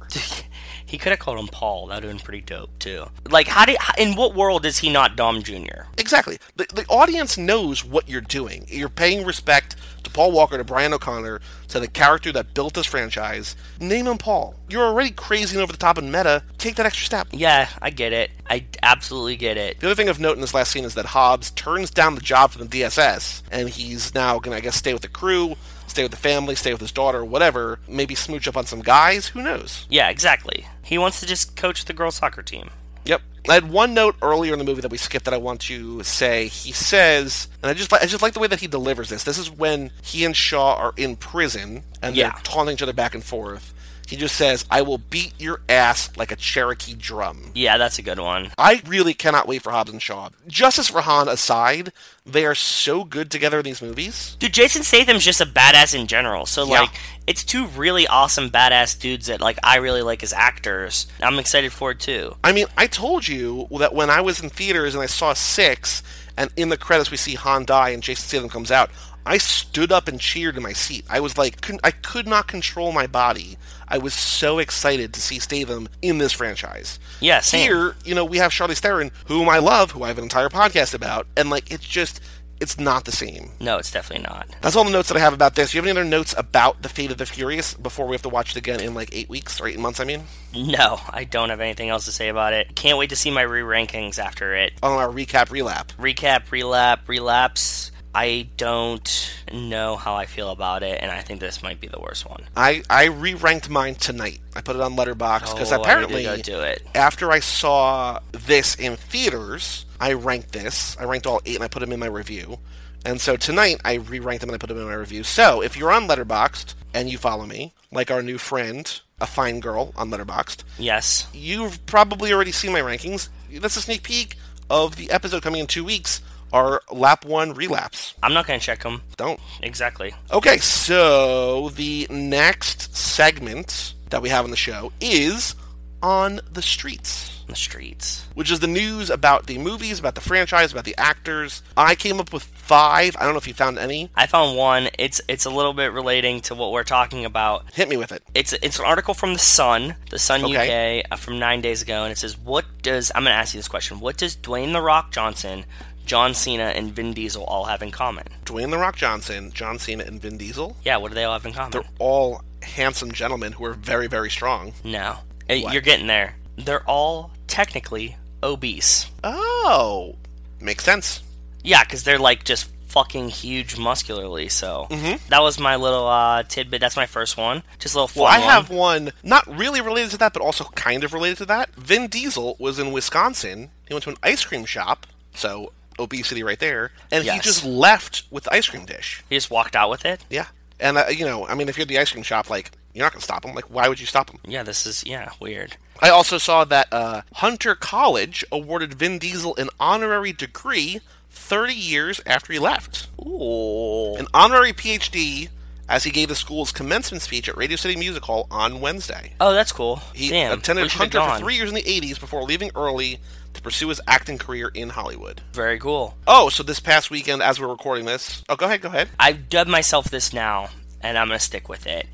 He could have called him Paul. That would have been pretty dope too. Like, how did? how- In what world is he not Dom Jr.?
exactly. The, the audience knows what you're doing. You're paying respect to Paul Walker, to Brian O'Connor, to the character that built this franchise. Name him Paul. You're already crazy and over the top and meta. Take that extra step.
Yeah, I get it. I absolutely get it.
The other thing of note in this last scene is that Hobbs turns down the job from the DSS, and he's now going to, I guess, stay with the crew, stay with the family, stay with his daughter, whatever. Maybe smooch up on some guys. Who knows?
Yeah, exactly. He wants to just coach the girls' soccer team.
Yep. I had one note earlier in the movie that we skipped that I want to say. He says, and I just li- I just like the way that he delivers this. This is when he and Shaw are in prison and
Yeah.
they're taunting each other back and forth. He just says, "I will beat your ass like a Cherokee drum."
Yeah, that's a good one.
I really cannot wait for Hobbs and Shaw. Justice for Han aside, they are so good together in these movies.
Dude, Jason Statham's just a badass in general. So
Yeah.
like, it's two really awesome badass dudes that like I really like as actors. I'm excited for it too.
I mean, I told you that when I was in theaters and I saw six, and in the credits we see Han die and Jason Statham comes out. I stood up and cheered in my seat. I was like, couldn't, I could not control my body. I was so excited to see Statham in this franchise.
Yeah, same.
Here, you know, we have Charlie Theron, whom I love, who I have an entire podcast about, and like, it's just, it's not the same.
No, it's definitely not.
That's all the notes that I have about this. Do you have any other notes about the Fate of the Furious before we have to watch it again in like eight weeks or eight months? I mean,
No, I don't have anything else to say about it. Can't wait to see my re-rankings after it.
on our recap relap.
recap, relap, relapse. I don't know how I feel about it, and I think this might be the worst one.
I, I re ranked mine tonight. I put it on Letterbox because
Oh, I need to
apparently,
go do it.
after I saw this in theaters, I ranked this. I ranked all eight and I put them in my review. And so tonight, I re ranked them and I put them in my review. So if you're on Letterboxd and you follow me, like our new friend, a fine girl on Letterboxd,
Yes.
you've probably already seen my rankings. That's a sneak peek of the episode coming in two weeks. Our lap one relapse.
I'm not going to check them.
Don't.
Exactly.
Okay, so the next segment that we have on the show is on the streets,
The streets.
which is the news about the movies, about the franchise, about the actors. I came up with five. I don't know if you found any.
I found one. It's it's a little bit relating to what we're talking about.
Hit me with it.
It's it's an article from the Sun, the Sun
Okay.
UK, uh, from nine days ago, and it says, "What does I'm going to ask you this question? What does Dwayne the Rock Johnson, John Cena, and Vin Diesel all have in common?
Dwayne The Rock Johnson, John Cena, and Vin Diesel.
Yeah, what do they all have in common?
They're all handsome gentlemen who are very, very strong.
No. Uh, You're getting there. They're all technically obese.
Oh, makes sense.
Yeah, because they're like just fucking huge muscularly. So
Mm-hmm.
that was my little uh, tidbit. That's my first one. Just a little fun.
Well, I
one.
have one not really related to that, but also kind of related to that. Vin Diesel was in Wisconsin. He went to an ice cream shop, so obesity right there, and he
Yes.
just left with the ice cream dish.
He just walked out with it.
Yeah, and uh, you know, I mean, if you're at the ice cream shop, like you're not gonna stop him. Like, why would you stop him?
Yeah, this is yeah weird.
I also saw that uh, Hunter College awarded Vin Diesel an honorary degree 30 years after he left.
Ooh.
An honorary PhD as he gave the school's commencement speech at Radio City Music Hall on Wednesday.
Oh, that's cool.
He
Damn, we
attended
should've
Hunter for
gone.
three years in the 80s before leaving early to pursue his acting career in Hollywood.
Very cool.
Oh, so this past weekend, as we're recording this, oh, go ahead, go ahead.
I've dubbed myself this now, and I'm gonna stick with it.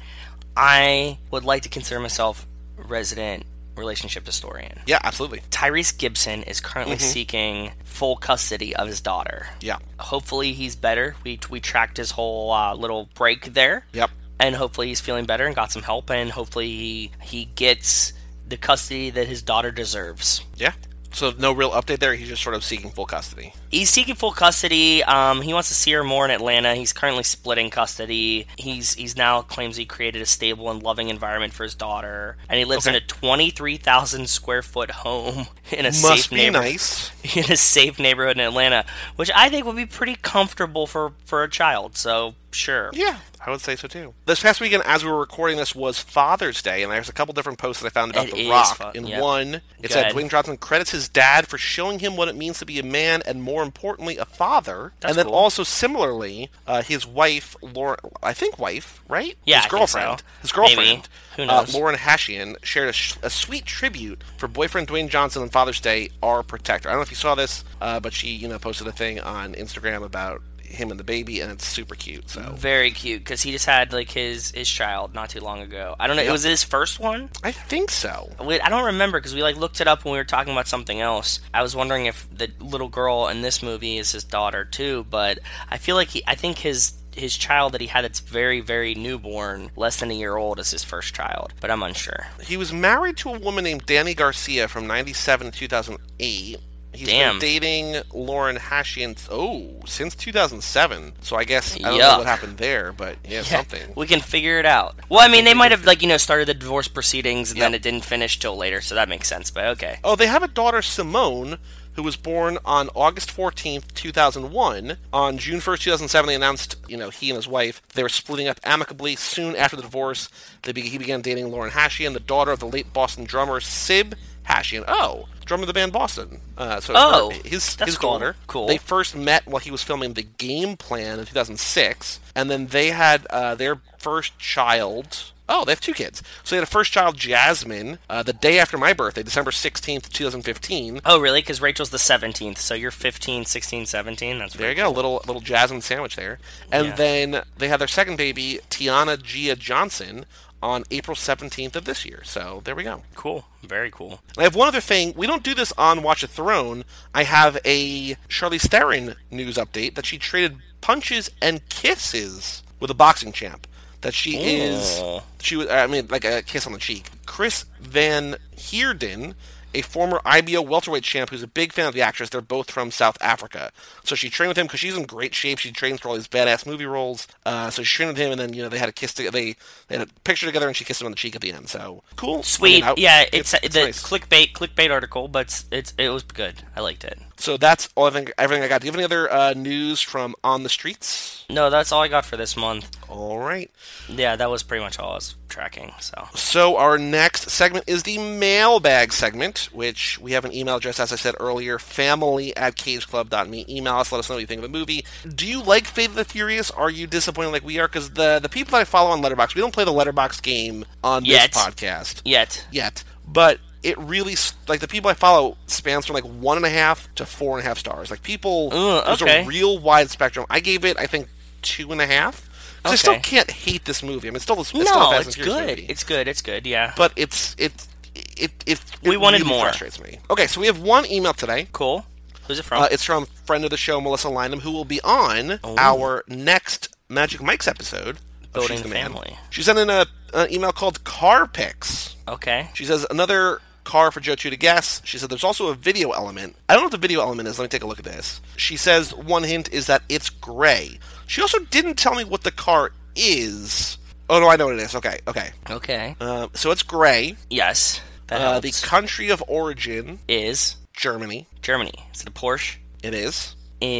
I would like to consider myself resident relationship historian.
Yeah, absolutely.
Tyrese Gibson is currently seeking full custody of his daughter.
Mm-hmm. Yeah.
Hopefully he's better. We we tracked his whole uh, little break there.
Yep.
And hopefully he's feeling better and got some help, and hopefully he he gets the custody that his daughter deserves.
Yeah. So no real update there. He's just sort of seeking full custody.
He's seeking full custody. Um, he wants to see her more in Atlanta. He's currently splitting custody. He's he's now claims he created a stable and loving environment for his daughter, and he lives
Okay.
in a twenty three thousand square foot home in a
Must
safe
be
neighborhood
nice.
in a safe neighborhood in Atlanta, which I think would be pretty comfortable for for a child. So sure,
Yeah, I would say so too. This past weekend, as we were recording this, was Father's Day, and there's a couple different posts that I found about
It
The
is
Rock.
fa-
in
yeah.
one, it
Go
said
ahead.
Dwayne Johnson credits his dad for showing him what it means to be a man, and more importantly, a father.
That's
and then
cool.
also similarly, uh, his wife, Lauren, I think wife, right? his
Yeah, I think so.
girlfriend. His
Maybe.
girlfriend,
Who
uh,
knows?
Lauren Hashian, shared a, sh- a sweet tribute for boyfriend Dwayne Johnson on Father's Day, our protector. I don't know if you saw this, uh, but she, you know, posted a thing on Instagram about him and the baby, and it's super cute. So
very cute because he just had like his his child not too long ago. I don't know, it was his first one.
I think so.
Wait, I don't remember because we like looked it up when we were talking about something else. I was wondering if the little girl in this movie is his daughter too, but I feel like he, I think his his child that he had that's very very newborn, less than a year old, is his first child, but I'm unsure.
He was married to a woman named Danny Garcia from 97 to 2008. He's
Damn.
been dating Lauren Hashian, oh, since 2007. So I guess I don't know
Yuck.
what happened there, but yeah, something.
We can figure it out. Well, I mean, they might have like you know started the divorce proceedings and then
Yep.
it didn't finish till later, so that makes sense. But okay,
Oh, they have a daughter, Simone, who was born on August 14th, 2001. On June 1st, 2007, they announced, you know, he and his wife, they were splitting up amicably. Soon after the divorce, they be- he began dating Lauren Hashian, the daughter of the late Boston drummer Sib Hashian. Oh, drummer of the band Boston. Uh, so
Oh,
her- his,
that's
his
cool.
daughter.
Cool.
They first met while he was filming The Game Plan in 2006, and then they had uh, their first child. Oh, they have two kids. So they had a first child, Jasmine, uh, the day after my birthday, December 16th, 2015.
oh really? Because Rachel's the 17th, so you're 15, 16, 17. That's
There you
pretty
go, little little Jasmine sandwich there. And
Yeah.
then they had their second baby, Tiana Gia Johnson, on April 17th of this year. So there we go.
cool, very cool.
And I have one other thing. We don't do this on Watch a Throne. I have a Charlize Theron news update that she traded punches and kisses with a boxing champ. That she is,
Ooh.
she was, I mean, like a kiss on the cheek. Chris Van Heerden, a former IBO welterweight champ who's a big fan of the actress. They're both from South Africa. So she trained with him because she's in great shape. She trains for all these badass movie roles. Uh, so she trained with him, and then, you know, they had a kiss, to, they, they had a picture together, and she kissed him on the cheek at the end. So cool. I
Sweet,
mean, I-
yeah, it's, uh, the
nice.
clickbait clickbait article, but it's, it's it was good. I liked it.
So that's all I think. Everything I got. Do you have any other uh, news from on the streets?
No, that's all I got for this month.
All right.
Yeah, that was pretty much all I was tracking. So
So our next segment is the mailbag segment, which we have an email address, as I said earlier, family at cageclub.me. Email us, let us know what you think of the movie. Do you like Fate of the Furious? Are you disappointed like we are? Because the, the people that I follow on Letterbox, we don't play the Letterbox game on
Yet.
this podcast.
yet,
yet, but it really s- like the people I follow spans from like one and a half to four and a half stars. Like people,
Ooh,
there's
okay.
a real wide spectrum. I gave it, I think, two and a half. 'Cause I still
Okay.
can't hate this movie. I mean, it's still, it's still a
no,
Fast and
it's
Furious
good.
movie.
It's good. It's good. Yeah,
but it's it it it.
We
it
wanted
really
more.
Frustrates me. Okay, so we have one email today.
cool. Who's it from?
Uh, it's from friend of the show Melissa Lynham, who will be on
Oh.
our next Magic Mike's episode. of
Building
She's
the
Man.
Family.
She sent in a, an email called Car Picks.
okay.
She says another car for Joe Chu to guess. She said there's also a video element. I don't know what the video element is. Let me take a look at this. She says one hint is that it's gray. She also didn't tell me what the car is. Oh no, I know what it is. Okay, okay.
Okay.
Um, so it's gray.
yes. That
Uh, the
helps.
country of origin,
is
Germany.
Germany. Is it a Porsche?
It is.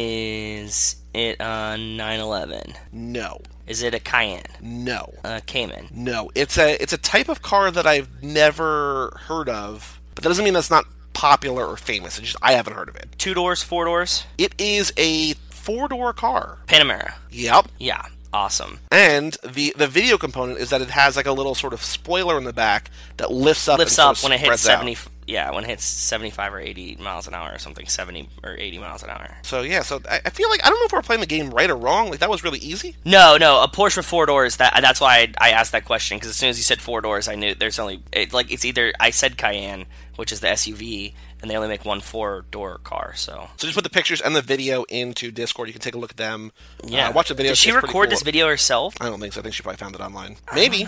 Is it a 911?
No,
Is it a Cayenne?
no,
A Cayman?
no. It's a it's a type of car that I've never heard of. But that doesn't mean that's not popular or famous. It's just I haven't heard of it.
Two doors, four doors,
It is a four door car.
Panamera.
Yep.
Yeah, awesome.
And the the video component is that it has like a little sort of spoiler in the back that lifts up.
Lifts
and
up
sort
when
of
it hits
spreads out.
seventy. Yeah, when it hits seventy-five or eighty miles an hour or something, seventy or eighty miles an hour.
So yeah, so I, I feel like I don't know if we're playing the game right or wrong. Like that was really easy.
No, no, a Porsche with four doors. That that's why I, I asked that question because as soon as you said four doors, I knew there's only it, like it's either I said Cayenne, which is the SUV, and they only make one four door car. So
So just put the pictures and the video into Discord. You can take a look at them.
yeah,
Uh, watch the video.
Did she
It's pretty
record
cool.
this video herself?
I don't think so. I think she probably found it online. Maybe.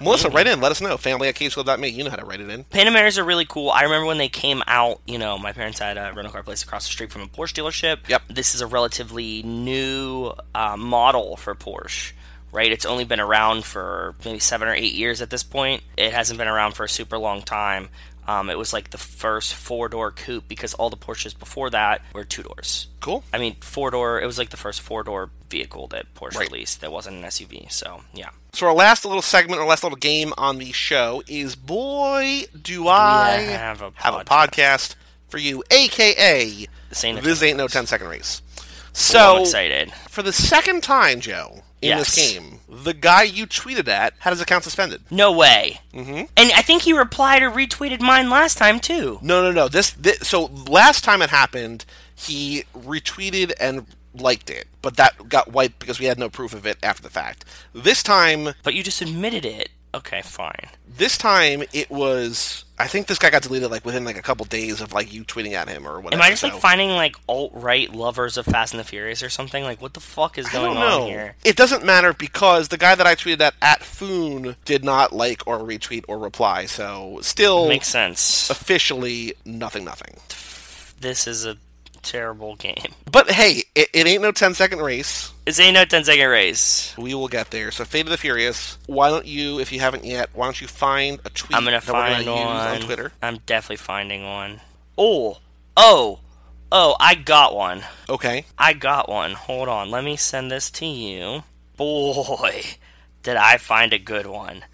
Melissa, write in. Let us know. Family at cagesclub.me. You know how to write it in.
Panameras are really cool. I remember when they came out, you know, my parents had a rental car place across the street from a Porsche dealership.
Yep.
This is a relatively new uh, model for Porsche, right? It's only been around for maybe seven or eight years at this point. It hasn't been around for a super long time. Um, it was like the first four door coupe because all the Porsches before that were two doors.
Cool.
I mean, four door, it was like the first four door vehicle that Porsche
Right.
released that wasn't an SUV. So, yeah.
So our last little segment, our last little game on the show is boy do I
have a
podcast for you, aka
This ain't no
this
10
ain't no 10 second race.
So
So
I'm excited.
for the second time, Joe, in this
Yes.
game, the guy you tweeted at had his account suspended.
No way. Mm-hmm. And I think he replied or retweeted mine last time too.
No, no, no. This, this so last time it happened, he retweeted and liked it, but that got wiped because we had no proof of it after the fact. This time,
But you just admitted it. Okay, fine.
this time it was. I think this guy got deleted like within like a couple days of like you tweeting at him or
Am
whatever.
I just
so-
like finding like alt right lovers of Fast and the Furious or something? Like, what the fuck is
I
going
don't know.
on here?
It doesn't matter because the guy that I tweeted at at Foon did not like or retweet or reply. So still
Makes sense.
officially nothing, nothing.
This is a terrible game.
But hey, it, it ain't no 10 second race.
This ain't no 10 second race.
We will get there. So, Fate of the Furious. Why don't you, if you haven't yet, why don't you find a tweet
I'm gonna
that we're
find
gonna use
one
on Twitter?
I'm definitely finding one. Oh, oh, oh! I got one.
Okay.
I got one. Hold on. Let me send this to you. Boy, did I find a good one.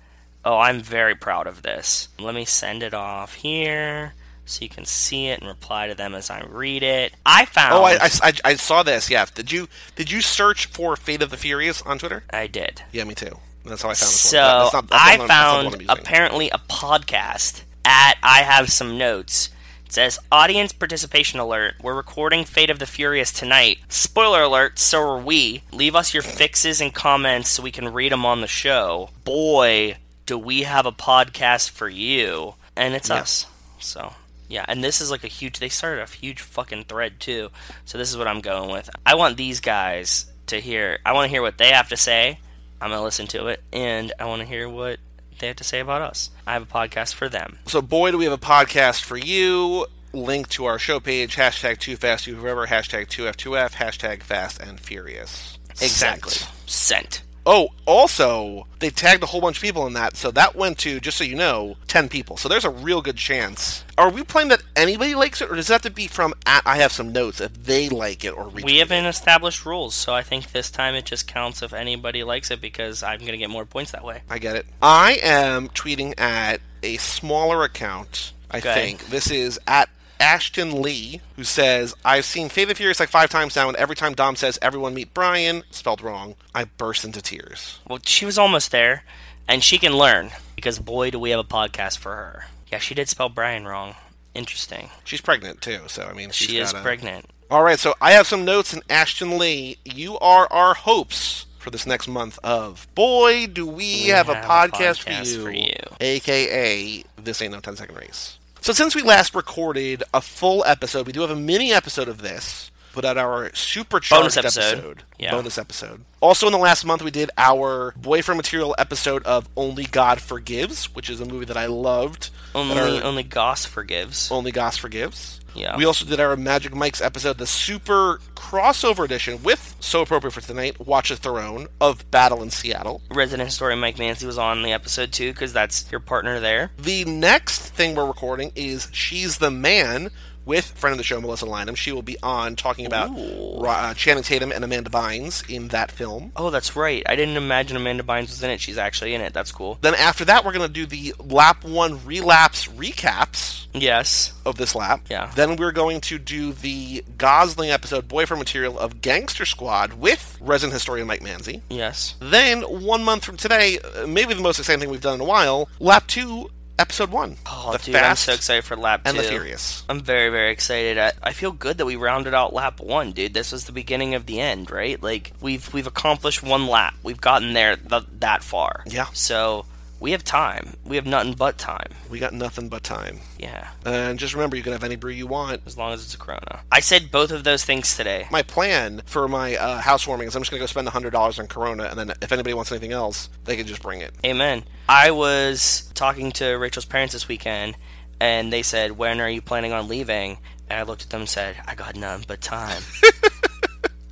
Oh, I'm very proud of this. Let me send it off here so you can see it and reply to them as I read it. I found.
Oh, I, I, I, I saw this. Yeah. Did you did you search for Fate of the Furious on Twitter?
I did.
Yeah, me too. That's how I found this
So
one. That- that's not- that's
I
not- that's not the one
found
I'm using.
apparently a podcast at I have some notes. It says audience participation alert. We're recording Fate of the Furious tonight. Spoiler alert, so are we. Leave us your fixes and comments so we can read them on the show. Boy, do we have a podcast for you. And it's us. So yeah, and this is like a huge. They started a huge fucking thread too. So this is what I'm going with. I want these guys to hear. I want to hear what they have to say. I'm gonna listen to it, and I want to hear what they have to say about us. I have a podcast for them.
So, boy, do we have a podcast for you. Link to our show page, hashtag too fast you forever, hashtag 2F2F, hashtag fast and furious. Sent.
Sent.
Oh, also, they tagged a whole bunch of people in that, so that went to, just so you know, 10 people. So there's a real good chance. Are we playing that anybody likes it, or does it have to be from at I have some notes if they like it or retweet
We
it?
haven't established rules, so I think this time it just counts if anybody likes it because I'm gonna get more points that way.
I get it. I am tweeting at a smaller account, I
Okay.
think. This is at Ashton Lee, who says, I've seen Fate of the Furious like five times now, and every time Dom says, everyone meet Brian, spelled wrong, I burst into tears.
Well, she was almost there, and she can learn because boy, do we have a podcast for her. Yeah, she did spell Brian wrong. Interesting.
She's pregnant, too, so I mean, she's
she is
gotta-
pregnant.
All right, so I have some notes, and Ashton Lee, you are our hopes for this next month of Boy Do We, have, a
have a
podcast,
podcast
for, you,
for you.
aka This Ain't No 10 Second Race. So since we last recorded a full episode, we do have a mini episode of this, but at our supercharged
Bonus episode. Yeah.
bonus episode. Also in the last month, we did our boyfriend material episode of Only God Forgives, which is a movie that I loved.
Only,
that our-
only Goss forgives.
only Goss Forgives.
Yeah.
We also did our Magic Mike's episode, the super crossover edition with, so appropriate for tonight, Watch a Throne of Battle in Seattle.
Resident historian Mike Mancy was on the episode too because that's your partner there.
The next thing we're recording is She's the Man, with friend of the show Melissa Lynham. She will be on talking about
Ooh.
Ra- uh, Channing Tatum and Amanda Bynes in that film.
Oh, that's right. I didn't imagine Amanda Bynes was in it. She's actually in it. That's cool.
Then after that, we're going to do the lap one relapse recaps
Yes.
of this lap.
Yeah.
Then we're going to do the Gosling episode Boyfriend Material of Gangster Squad with resident historian Mike Manzi.
Yes.
Then, one month from today, uh, maybe the most exciting thing we've done in a while, lap two, episode one.
Oh,
the
dude,
Fast
I'm so excited for lap
and the
two.
Furious.
I'm very, very excited. I, I feel good that we rounded out lap one, dude. This was the beginning of the end, right? Like we've we've accomplished one lap. We've gotten there th- that far.
Yeah.
So we have time. We have nothing but time.
We got nothing but time.
Yeah.
And just remember, you can have any brew you want.
As long as it's a Corona. I said both of those things today.
My plan for my uh, housewarming is I'm just going to go spend $100 on Corona, and then if anybody wants anything else, they can just bring it.
Amen. I was talking to Rachel's parents this weekend, and they said, "When are you planning on leaving?" And I looked at them and said, "I got none but time."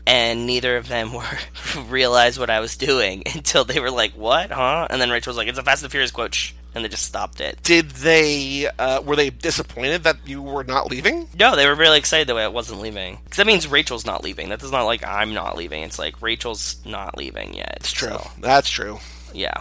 and neither of them were realized what I was doing until they were like, "What, huh?" And then Rachel was like, "It's a Fast and Furious quote," shh," and they just stopped it.
Did they, uh, were they disappointed that you were not leaving?
No, they were really excited the way I wasn't leaving. 'Cause that means Rachel's not leaving. That does not like I'm not leaving. It's like Rachel's not leaving yet. It's
True. That's true.
yeah,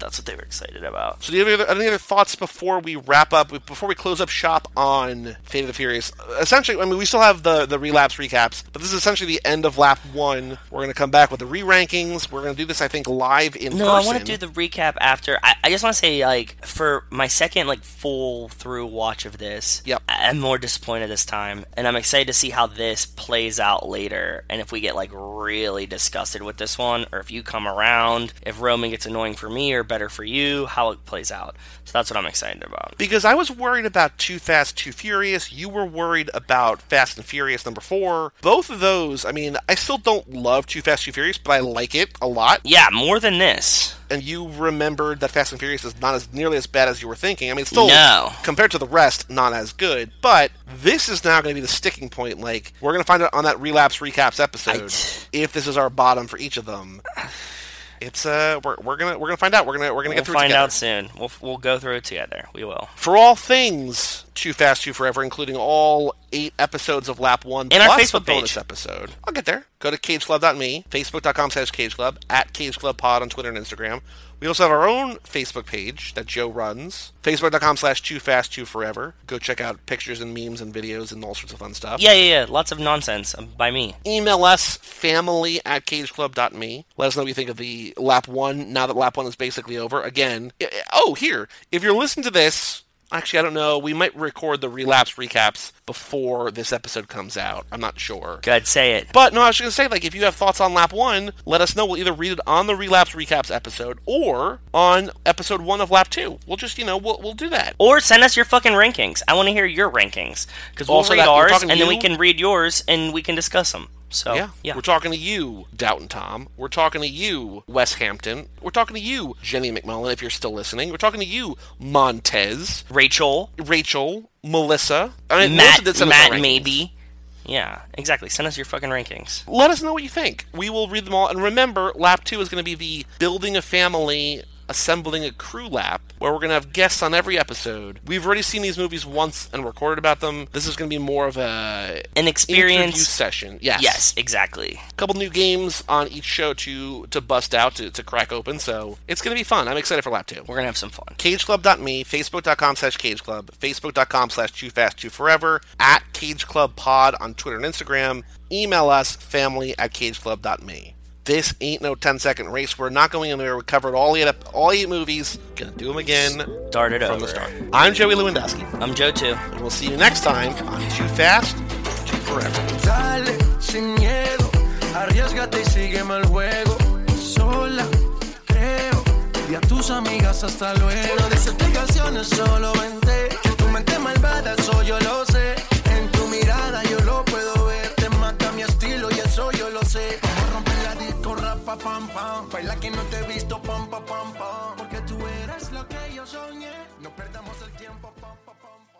that's what they were excited about.
So, do you have any other, any other thoughts before we wrap up? Before we close up shop on Fate of the Furious? Essentially, I mean, we still have the the relapse recaps, but this is essentially the end of lap one. We're going to come back with the re rankings. We're going to do this, I think, live in
No,
person.
I want to do the recap after. I, I just want to say, like, for my second, like, full through watch of this,
Yep.
I- I'm more disappointed this time, and I'm excited to see how this plays out later, and if we get like really disgusted with this one, or if you come around, if Roman gets annoying for me or better for you, how it plays out. So that's what I'm excited about.
because I was worried about Too Fast, Too Furious. You were worried about Fast and Furious number four. Both of those, I mean, I still don't love Too Fast, Too Furious, but I like it a lot.
Yeah, more than this.
And you remembered that Fast and Furious is not as nearly as bad as you were thinking. I mean, it's still
No.
compared to the rest, not as good. But this is now going to be the sticking point. Like we're going to find out on that relapse recaps episode if this is our bottom for each of them. It's uh, we're, we're gonna we're gonna find out. We're gonna we're gonna
We'll
get through
find
it together.
out soon. We'll, we'll go through it together. We will.
For all things Too Fast, Too Forever, including all eight episodes of Lap 1,
And our
plus
Facebook
the bonus
page.
episode. I'll get there. Go to cageclub.me, facebook.com slash cageclub, at cageclubpod on Twitter and Instagram. We also have our own Facebook page that Joe runs, facebook.com slash too fast, too forever. Go check out pictures and memes and videos and all sorts of fun stuff
Yeah, yeah, yeah. Lots of nonsense um, by me.
email us family at cageclub.me let us know what you think of the lap one now that lap one is basically over again i- i- oh here if you're listening to this actually i don't know we might record the relapse recaps before this episode comes out i'm not sure
Good, say it.
but no, I was going to say, like, if you have thoughts on lap one, let us know. We'll either read it on the relapse recaps episode or on episode one of lap two. We'll just, you know, we'll, we'll do that.
Or send us your fucking rankings. I want to hear your rankings because we'll
Also
read
that we're
ours
talking
and
to
then we
you.
can read yours and we can discuss them. So
Yeah.
yeah,
Oh, We're talking to you, Downton Tom. We're talking to you, Wes Hampton. We're talking to you, Jenny McMullen, if you're still listening. We're talking to you, Montez,
Rachel,
Rachel, Melissa. I mean, Melissa did
Matt,
send us our
Matt,
rankings.
maybe. Yeah, exactly. Send us your fucking rankings.
Let us know what you think. We will read them all. And remember, lap two is going to be the building a family, assembling a crew lap, where we're going to have guests on every episode. We've already seen these movies once and recorded about them. This is going to be more of a
An
interview
experience.
session.
Yes, exactly.
couple new games on each show to to bust out to, to crack open so it's going to be fun i'm excited for lap 2
We're gonna have some fun.
cageclub.me facebook.com slash cageclub facebook.com slash too fast too forever at cageclubpod on twitter and instagram email us family at cageclub.me this ain't no 10 second race we're not going anywhere we covered all eight up all eight movies gonna do them again
Start it
from
over.
the start i'm joey lewandowski
I'm Joe too.
and we'll see you next time on too fast too forever
Dale, sin miedo, arriesgate y sígueme el juego. Sola, creo, y a tus amigas hasta luego. No des explicaciones, solo vente. Que tu mente malvada, eso yo lo sé. En tu mirada yo lo puedo ver. Te mata mi estilo y eso yo lo sé. Como romper la disco, rapa, pam, pam. Baila que no te he visto, pam, pam, pam, pam. Porque tú eres lo que yo soñé. No perdamos el tiempo, pam, pam, pam. pam.